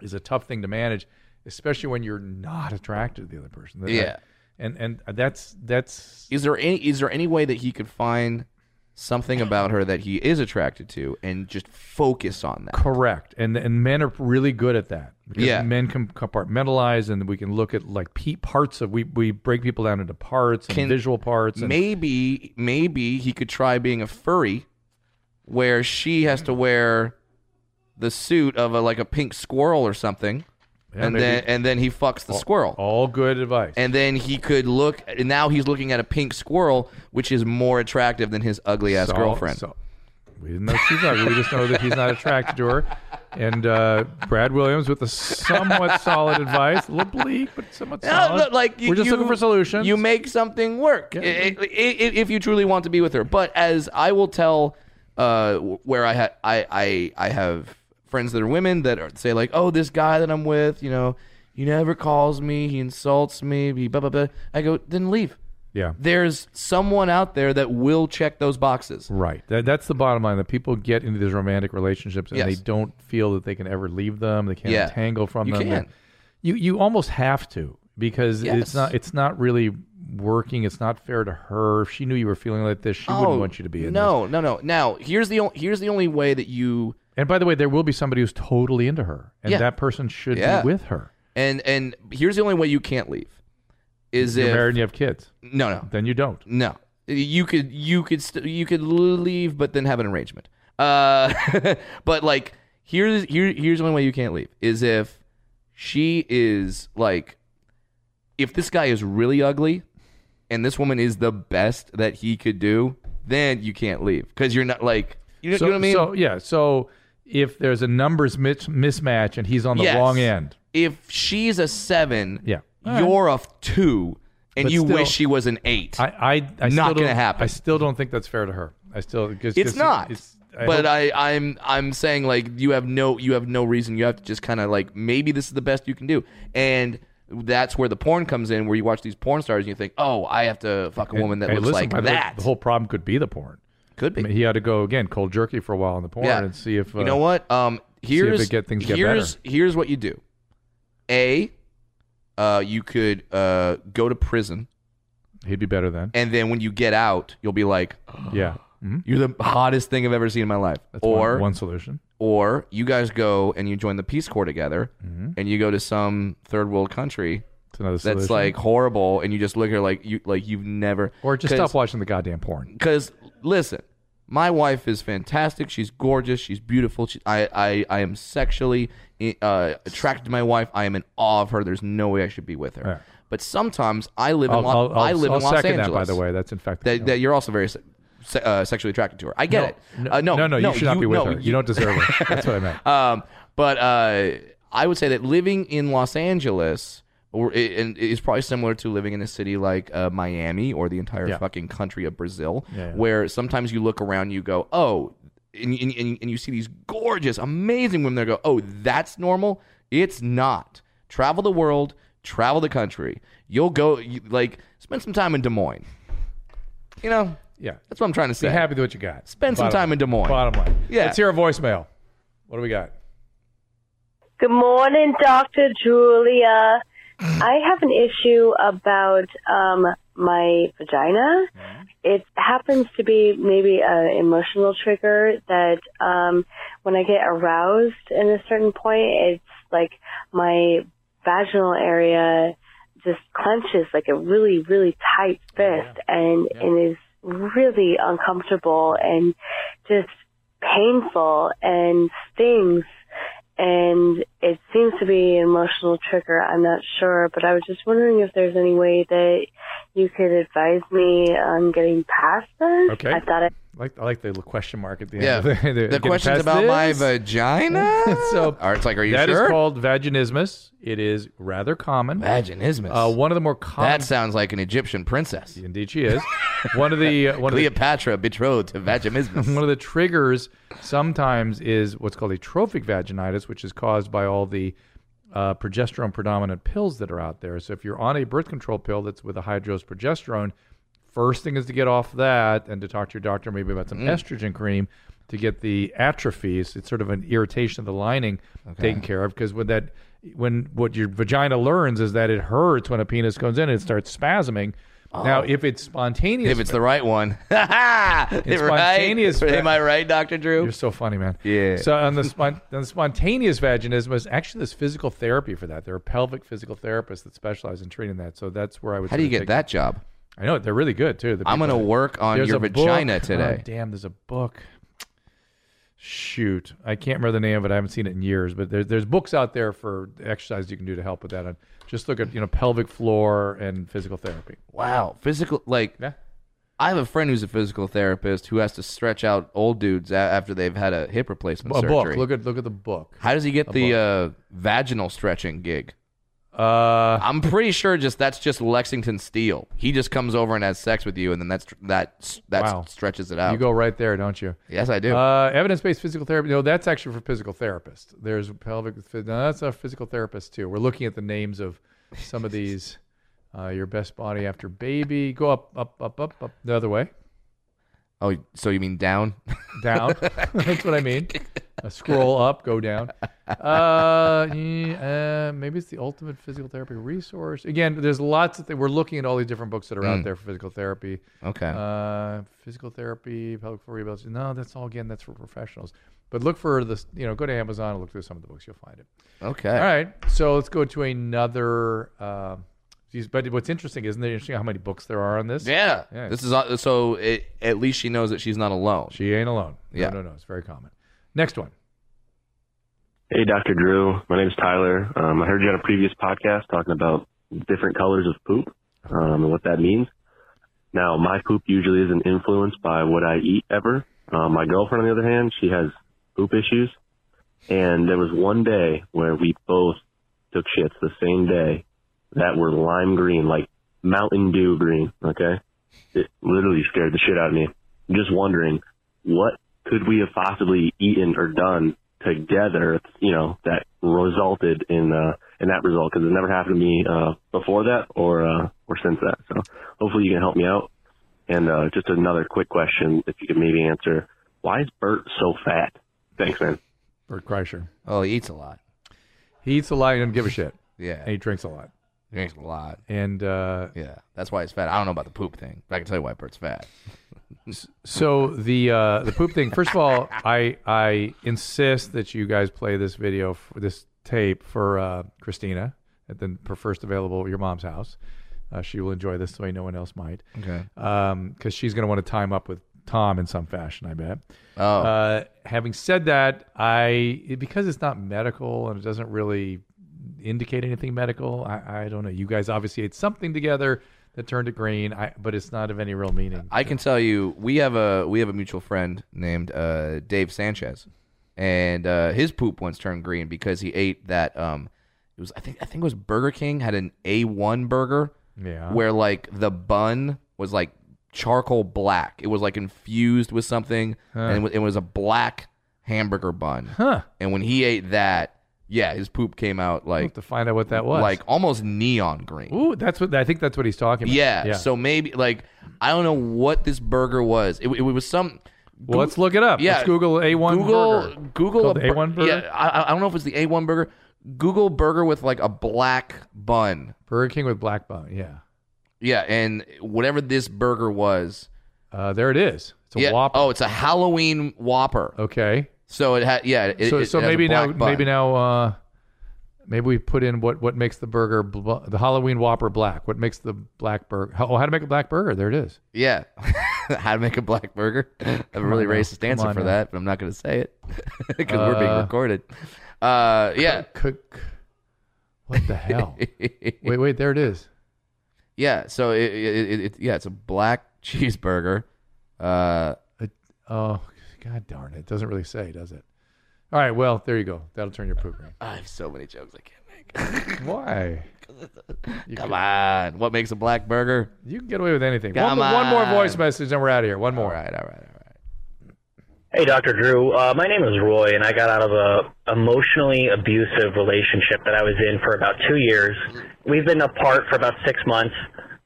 Speaker 2: is a tough thing to manage especially when you're not attracted to the other person That-
Speaker 3: Yeah.
Speaker 2: and and that's that's
Speaker 3: Is there any is there any way that he could find something about her that he is attracted to and just focus on that?
Speaker 2: Correct, and and men are really good at that. Because
Speaker 3: Yeah.
Speaker 2: men can compartmentalize, and we can look at like pe- parts of we we break people down into parts and
Speaker 3: Can-
Speaker 2: visual parts. And
Speaker 3: Maybe maybe he could try being a furry, where she has to wear the suit of a, like a pink squirrel or something, and
Speaker 2: maybe.
Speaker 3: then and then he fucks the squirrel,
Speaker 2: All good advice.
Speaker 3: and then he could look. And now he's looking at a pink squirrel, which is more attractive than his ugly ass
Speaker 2: So-
Speaker 3: girlfriend.
Speaker 2: so- we didn't know she's ugly. We just know that he's not attracted to her. And uh, Brad Williams with a somewhat solid advice, a little bleak, but somewhat
Speaker 3: No,
Speaker 2: solid.
Speaker 3: look, like you,
Speaker 2: We're just
Speaker 3: you-
Speaker 2: looking for solutions.
Speaker 3: You make something work i i i i- if you truly want to be with her. But as I will tell, uh, where I, ha- I I I have friends that are women that are, say like, oh, this guy that I'm with, you know, he never calls me, he insults me, he blah blah blah. I go, then leave.
Speaker 2: yeah,
Speaker 3: There's someone out there that will check those boxes.
Speaker 2: right. That, that's the bottom line. That people get into these romantic relationships and
Speaker 3: Yes.
Speaker 2: they don't feel that they can ever leave them. They can't
Speaker 3: Yeah.
Speaker 2: untangle from
Speaker 3: You
Speaker 2: them.
Speaker 3: can't.
Speaker 2: You you almost have to because
Speaker 3: Yes.
Speaker 2: it's not it's not really working. It's not fair to her. If she knew you were feeling like this, she wouldn't want you to be in this.
Speaker 3: Oh, no, no, no. Now here's the o- here's the only way that you
Speaker 2: And by the way, there will be somebody who's totally into her, and
Speaker 3: Yeah.
Speaker 2: that person should
Speaker 3: Yeah.
Speaker 2: be with her.
Speaker 3: and and here's the only way you can't leave is
Speaker 2: You're
Speaker 3: if
Speaker 2: married and you have kids,
Speaker 3: no no
Speaker 2: then you don't.
Speaker 3: No, you could you could st- you could leave, but then have an arrangement. Uh, [LAUGHS] but like here's here here's one way you can't leave is if she is like if this guy is really ugly and this woman is the best that he could do, then you can't leave because you're not like you know,
Speaker 2: so,
Speaker 3: you know what I mean.
Speaker 2: So yeah, so if there's a numbers mis- mismatch and he's on the
Speaker 3: Yes.
Speaker 2: wrong end,
Speaker 3: if she's a seven,
Speaker 2: Yeah. All right.
Speaker 3: you're a two, and
Speaker 2: But
Speaker 3: you
Speaker 2: still-
Speaker 3: wish she was an eight.
Speaker 2: I I, I
Speaker 3: Not
Speaker 2: still don't-
Speaker 3: gonna happen.
Speaker 2: I still don't think that's fair to her. I still cause,
Speaker 3: It's
Speaker 2: 'cause
Speaker 3: not.
Speaker 2: it's-
Speaker 3: but
Speaker 2: hope-
Speaker 3: I, I'm I'm saying like you have no you have no reason. You have to just kind of like maybe this is the best you can do, and that's where the porn comes in, where you watch these porn stars and you think, oh, I have to fuck a woman that
Speaker 2: hey,
Speaker 3: looks
Speaker 2: listen,
Speaker 3: like
Speaker 2: by the way,
Speaker 3: that.
Speaker 2: the whole problem could be the porn.
Speaker 3: Could be.
Speaker 2: I mean, he had to go again cold jerky for a while on the porn
Speaker 3: yeah.
Speaker 2: and see if uh,
Speaker 3: you know what. Um,
Speaker 2: if
Speaker 3: here's
Speaker 2: it get- things get
Speaker 3: here's here's what you do. A, uh, you could uh go to prison,
Speaker 2: he'd be better
Speaker 3: [SIGHS]
Speaker 2: then.
Speaker 3: and then when you get out, you'll be like,
Speaker 2: Yeah, Mhm.
Speaker 3: you're the hottest thing I've ever seen in my life.
Speaker 2: that's one-
Speaker 3: or
Speaker 2: one, solution.
Speaker 3: or you guys go and you join the Peace Corps together,
Speaker 2: Mm-hmm.
Speaker 3: and you go to some third world country
Speaker 2: It's another solution.
Speaker 3: that's like horrible, and you just look at her like you like you've never
Speaker 2: or just stop watching the goddamn porn.
Speaker 3: Because listen, my wife is fantastic. She's gorgeous. She's beautiful. She, I I I am sexually uh, attracted to my wife. I am in awe of her. There's no way I should be with her.
Speaker 2: Right.
Speaker 3: But sometimes I live in
Speaker 2: I'll,
Speaker 3: Los,
Speaker 2: I'll,
Speaker 3: I live
Speaker 2: I'll
Speaker 3: in Los
Speaker 2: second
Speaker 3: Angeles.
Speaker 2: that. By the way, that's in fact
Speaker 3: that, that you're also very se- se- uh, sexually attracted to her. I get it.
Speaker 2: No,
Speaker 3: Uh,
Speaker 2: no, no, you should not be with
Speaker 3: no,
Speaker 2: her. You, don't
Speaker 3: [LAUGHS]
Speaker 2: deserve it. That's what I meant.
Speaker 3: Um, but uh, I would say that living in Los Angeles or, and is probably similar to living in a city like uh, Miami or the entire
Speaker 2: Yeah.
Speaker 3: fucking country of Brazil,
Speaker 2: Yeah, yeah.
Speaker 3: where sometimes you look around, you go, oh, and, and, and, and you see these gorgeous, amazing women. They go, oh, that's normal. It's not. Travel the world, travel the country. You'll go, you, like, spend some time in Des Moines. You know,
Speaker 2: Yeah.
Speaker 3: that's what I'm trying to say.
Speaker 2: Be happy with what you got.
Speaker 3: Spend some
Speaker 2: Bottom
Speaker 3: time in Des Moines.
Speaker 2: Bottom line.
Speaker 3: Yeah.
Speaker 2: Let's hear a voicemail. What do we got?
Speaker 9: Good morning, Dr. Julia. I have an issue about um, my vagina. It happens to be maybe an emotional trigger that um, when I get aroused at a certain point, it's like my vaginal area just clenches like a really, really tight fist and, and is really uncomfortable and just painful and stings and it seems to be an emotional trigger. I'm not sure, but I was just wondering if there's any way that you could advise me on getting past this.
Speaker 2: Okay.
Speaker 9: I thought it
Speaker 2: I like, I like the little question mark at the [LAUGHS]
Speaker 3: Yeah.
Speaker 2: end. of
Speaker 3: The
Speaker 2: getting
Speaker 3: question's
Speaker 2: past
Speaker 3: about my
Speaker 2: this.
Speaker 3: vagina.
Speaker 2: [LAUGHS] So-
Speaker 3: or it's like, are you
Speaker 2: That is
Speaker 3: sure?
Speaker 2: called vaginismus. It is rather common.
Speaker 3: vaginismus.
Speaker 2: Uh, one of the more common.
Speaker 3: that sounds like an Egyptian princess.
Speaker 2: Indeed, she is. One of the uh, one of the,
Speaker 3: [LAUGHS] Cleopatra betrothed
Speaker 2: [LAUGHS]
Speaker 3: to vaginismus.
Speaker 2: one of the triggers sometimes is what's called atrophic vaginitis, which is caused by all the uh, progesterone predominant pills that are out there. So if you're on a birth control pill that's with a high dose progesterone, first thing is to get off that and to talk to your doctor maybe about some estrogen cream to get the atrophies. It's sort of an irritation of the lining taken care of because when that when what your vagina learns is that it hurts when a penis goes in and it starts spasming. Now, if it's spontaneous,
Speaker 3: if it's the right one. [LAUGHS] right?
Speaker 2: spontaneous
Speaker 3: Am I right, Dr. Drew?
Speaker 2: You're so funny, man.
Speaker 3: Yeah.
Speaker 2: So on the, spon- [LAUGHS] on the spontaneous vaginismus, actually, there's physical therapy for that. There are pelvic physical therapists that specialize in treating that. So that's where I would.
Speaker 3: How do you
Speaker 2: sort
Speaker 3: get
Speaker 2: of
Speaker 3: that job?
Speaker 2: take- I know they're really good too. the
Speaker 3: I'm
Speaker 2: people
Speaker 3: going to
Speaker 2: that-
Speaker 3: work on
Speaker 2: Oh, There's
Speaker 3: your
Speaker 2: a book-
Speaker 3: vagina
Speaker 2: oh,
Speaker 3: today.
Speaker 2: damn, there's a book. shoot, I can't remember the name of it. I haven't seen it in years, but there's there's books out there for exercise you can do to help with that. And just look at you know pelvic floor and physical therapy.
Speaker 3: Wow, physical like
Speaker 2: Yeah.
Speaker 3: I have a friend who's a physical therapist who has to stretch out old dudes a- after they've had a hip replacement
Speaker 2: A
Speaker 3: surgery.
Speaker 2: book. Look at look at the book.
Speaker 3: How does he get the uh, vaginal stretching gig?
Speaker 2: Uh,
Speaker 3: I'm pretty sure just that's just Lexington Steel. He just comes over and has sex with you, and then that's that that
Speaker 2: Wow.
Speaker 3: stretches it out.
Speaker 2: you go right there, don't you?
Speaker 3: yes, I do.
Speaker 2: Uh, evidence-based physical therapy. No, that's actually for physical therapists. There's pelvic. No, that's a physical therapist too. We're looking at the names of some of these. Uh, your best body after baby. Go up, up, up, up, up the other way,
Speaker 3: oh, so you mean down? [LAUGHS]
Speaker 2: down. [LAUGHS] that's what I mean. Uh, scroll up, go down. Uh, yeah, uh, maybe it's the ultimate physical therapy resource. Again, there's lots of things. We're looking at all these different books that are out there for physical therapy.
Speaker 3: okay.
Speaker 2: Uh, physical therapy, pelvic floor rehabilitation. No, that's all again. That's for professionals. But look for the you know go to Amazon and look through some of the books. You'll find it.
Speaker 3: okay.
Speaker 2: All right. So let's go to another. Um, geez, but what's interesting isn't it interesting how many books there are on this?
Speaker 3: Yeah.
Speaker 2: Yeah.
Speaker 3: This is uh, so. It, at least she knows that she's not alone.
Speaker 2: She ain't alone.
Speaker 3: Yeah.
Speaker 2: No, no, no. It's very common. Next one.
Speaker 10: Hey, Dr. Drew. My name's Tyler. Um, I heard you on a previous podcast talking about different colors of poop um, and what that means. Now, my poop usually isn't influenced by what I eat ever. Um, my girlfriend, on the other hand, she has poop issues. And there was one day where we both took shits the same day that were lime green, like Mountain Dew green, okay? It literally scared the shit out of me. I'm just wondering, what could we have possibly eaten or done together, you know, that resulted in uh, in that result? Because it never happened to me uh, before that or uh, or since that. So hopefully you can help me out. And uh, just another quick question, if you could maybe answer: Why is Bert so fat? Thanks, man.
Speaker 2: Bert Kreischer.
Speaker 3: Oh, he eats a lot.
Speaker 2: He eats a lot. He doesn't give a shit.
Speaker 3: Yeah.
Speaker 2: And he drinks a lot.
Speaker 3: drinks a lot.
Speaker 2: And uh,
Speaker 3: Yeah. That's why he's fat. I don't know about the poop thing, but I can tell you why Bert's fat.
Speaker 2: So the uh, the poop thing. First of all, I I insist that you guys play this video, for this tape for uh, Christina at the for first available at your mom's house. Uh, she will enjoy this the way no one else might,
Speaker 3: Okay.
Speaker 2: because she's going to want to time up with Tom in some fashion. I bet.
Speaker 3: Oh.
Speaker 2: Uh, having said that, I it- because it's not medical and it doesn't really indicate anything medical. I, I don't know. You guys obviously ate something together that turned it green, I, but it's not of any real meaning.
Speaker 3: I can tell you, we have a we have a mutual friend named uh, Dave Sanchez, and uh, his poop once turned green because he ate that. Um, it was I think I think it was Burger King had an A one burger,
Speaker 2: Yeah.
Speaker 3: where like the bun was like charcoal black. It was like infused with something, and it was, it was a black hamburger bun.
Speaker 2: Huh.
Speaker 3: And when he ate that, yeah, his poop came out
Speaker 2: We'll
Speaker 3: like
Speaker 2: have to find out what that was.
Speaker 3: like almost neon green.
Speaker 2: Ooh, that's what I think that's what he's talking about.
Speaker 3: Yeah, So maybe like I don't know what this burger was. It, it was some.
Speaker 2: well, let's look it up.
Speaker 3: Yeah.
Speaker 2: Let's Google A1
Speaker 3: Google
Speaker 2: burger.
Speaker 3: Google
Speaker 2: Called
Speaker 3: a
Speaker 2: the A1 burger?
Speaker 3: Yeah, I, I- I don't know if it's the A1 burger. Google burger with like a black bun.
Speaker 2: Burger King with black bun. Yeah.
Speaker 3: Yeah, and whatever this burger was.
Speaker 2: Uh, there it is. It's a
Speaker 3: yeah.
Speaker 2: Whopper.
Speaker 3: Oh, it's a Halloween Whopper.
Speaker 2: Okay.
Speaker 3: So it had yeah. It,
Speaker 2: so
Speaker 3: it-
Speaker 2: so
Speaker 3: it has a
Speaker 2: maybe now
Speaker 3: black bun.
Speaker 2: maybe now uh, maybe we put in what what makes the burger bl- the Halloween Whopper black. What makes the black burger? Oh, how to make a black burger? There it is.
Speaker 3: yeah. [LAUGHS] How to make a black burger? [LAUGHS] I have a really
Speaker 2: on now.
Speaker 3: racist
Speaker 2: Come
Speaker 3: answer
Speaker 2: on
Speaker 3: for
Speaker 2: now.
Speaker 3: that, but I'm not going to say it [LAUGHS] because we're being
Speaker 2: Uh,
Speaker 3: recorded. Uh, yeah,
Speaker 2: Cook. What
Speaker 3: [LAUGHS]
Speaker 2: the hell? wait, wait. There it is.
Speaker 3: yeah. So it, it, it, it yeah, it's a black [LAUGHS] cheeseburger. Uh,
Speaker 2: It, oh, god darn it! It Doesn't really say, does it? All right. Well, there you go. That'll turn your poop green.
Speaker 3: I have so many jokes I can't [LAUGHS] make.
Speaker 2: Why?
Speaker 3: [LAUGHS] Come on. What makes a black burger?
Speaker 2: You can get away with anything. One,
Speaker 3: Come
Speaker 2: one more
Speaker 3: on.
Speaker 2: voice message, and we're out of here. One
Speaker 3: All
Speaker 2: more.
Speaker 3: right, all right, all right.
Speaker 10: Hey, Dr. Drew. Uh, my name is Roy, and I got out of a emotionally abusive relationship that I was in for about two years. We've been apart for about six months.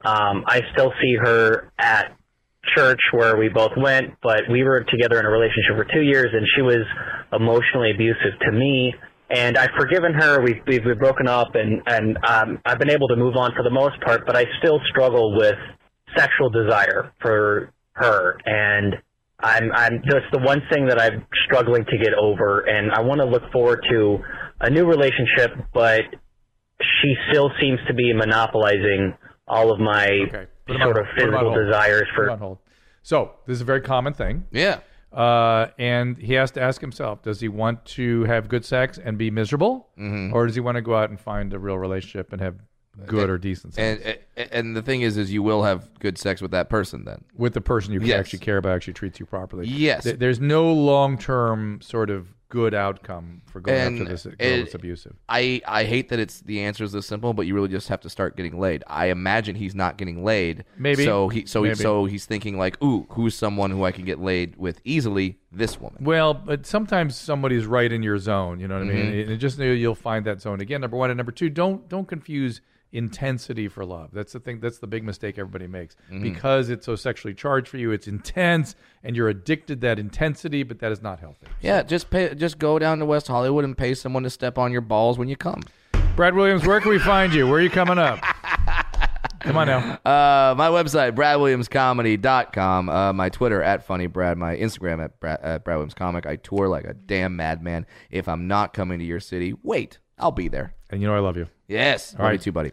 Speaker 10: Um, I still see her at church where we both went, but we were together in a relationship for two years, and she was emotionally abusive to me. And I've forgiven her. We've we've, we've broken up, and and um, I've been able to move on for the most part. But I still struggle with sexual desire for her, and I'm I'm just the one thing that I'm struggling to get over, and I want to look forward to a new relationship, but she still seems to be monopolizing all of my
Speaker 2: Okay. Put 'em on
Speaker 10: sort
Speaker 2: hold. Put 'em
Speaker 10: of
Speaker 2: on
Speaker 10: physical
Speaker 2: hold.
Speaker 10: desires
Speaker 2: Put
Speaker 10: for
Speaker 2: 'em on hold. So this is a very common thing.
Speaker 3: Yeah.
Speaker 2: Uh, and he has to ask himself: Does he want to have good sex and be miserable,
Speaker 3: Mm-hmm.
Speaker 2: or does he want to go out and find a real relationship and have good or decent sex
Speaker 3: And and the thing is, is you will have good sex with that person then.
Speaker 2: with the person you
Speaker 3: Yes.
Speaker 2: actually care about, actually treats you properly?
Speaker 3: Yes.
Speaker 2: Th- there's no long-term sort of good outcome for going
Speaker 3: and
Speaker 2: after this girl
Speaker 3: it-
Speaker 2: that's abusive.
Speaker 3: I, I hate that it's the answer is this simple, but you really just have to start getting laid. I imagine he's not getting laid.
Speaker 2: Maybe.
Speaker 3: So he so he,
Speaker 2: Maybe.
Speaker 3: so he's thinking like, ooh, who's someone who I can get laid with easily? This woman.
Speaker 2: Well, but sometimes somebody's right in your zone. You know what I mean?
Speaker 3: Mhm.
Speaker 2: And it just you'll find that zone again. Number one and number two. Don't don't confuse intensity for love. That's the thing. That's the big mistake everybody makes
Speaker 1: Mhm.
Speaker 2: because it's so sexually charged for you. It's intense, and you're addicted to that intensity. But that is not healthy.
Speaker 3: Yeah, just pay, just go down to West Hollywood and pay someone to step on your balls when you come.
Speaker 2: Brad Williams, where can we find you? Where are you coming up? Come on now.
Speaker 3: Uh, my website, bradwilliamscomedy.com. Uh, my Twitter, at funnybrad. My Instagram, at, Brad, at bradwilliamscomic. I tour like a damn madman. If I'm not coming to your city, wait, I'll be there.
Speaker 2: And you know I love you.
Speaker 3: Yes.
Speaker 2: All
Speaker 3: love you
Speaker 2: right.
Speaker 3: too, buddy.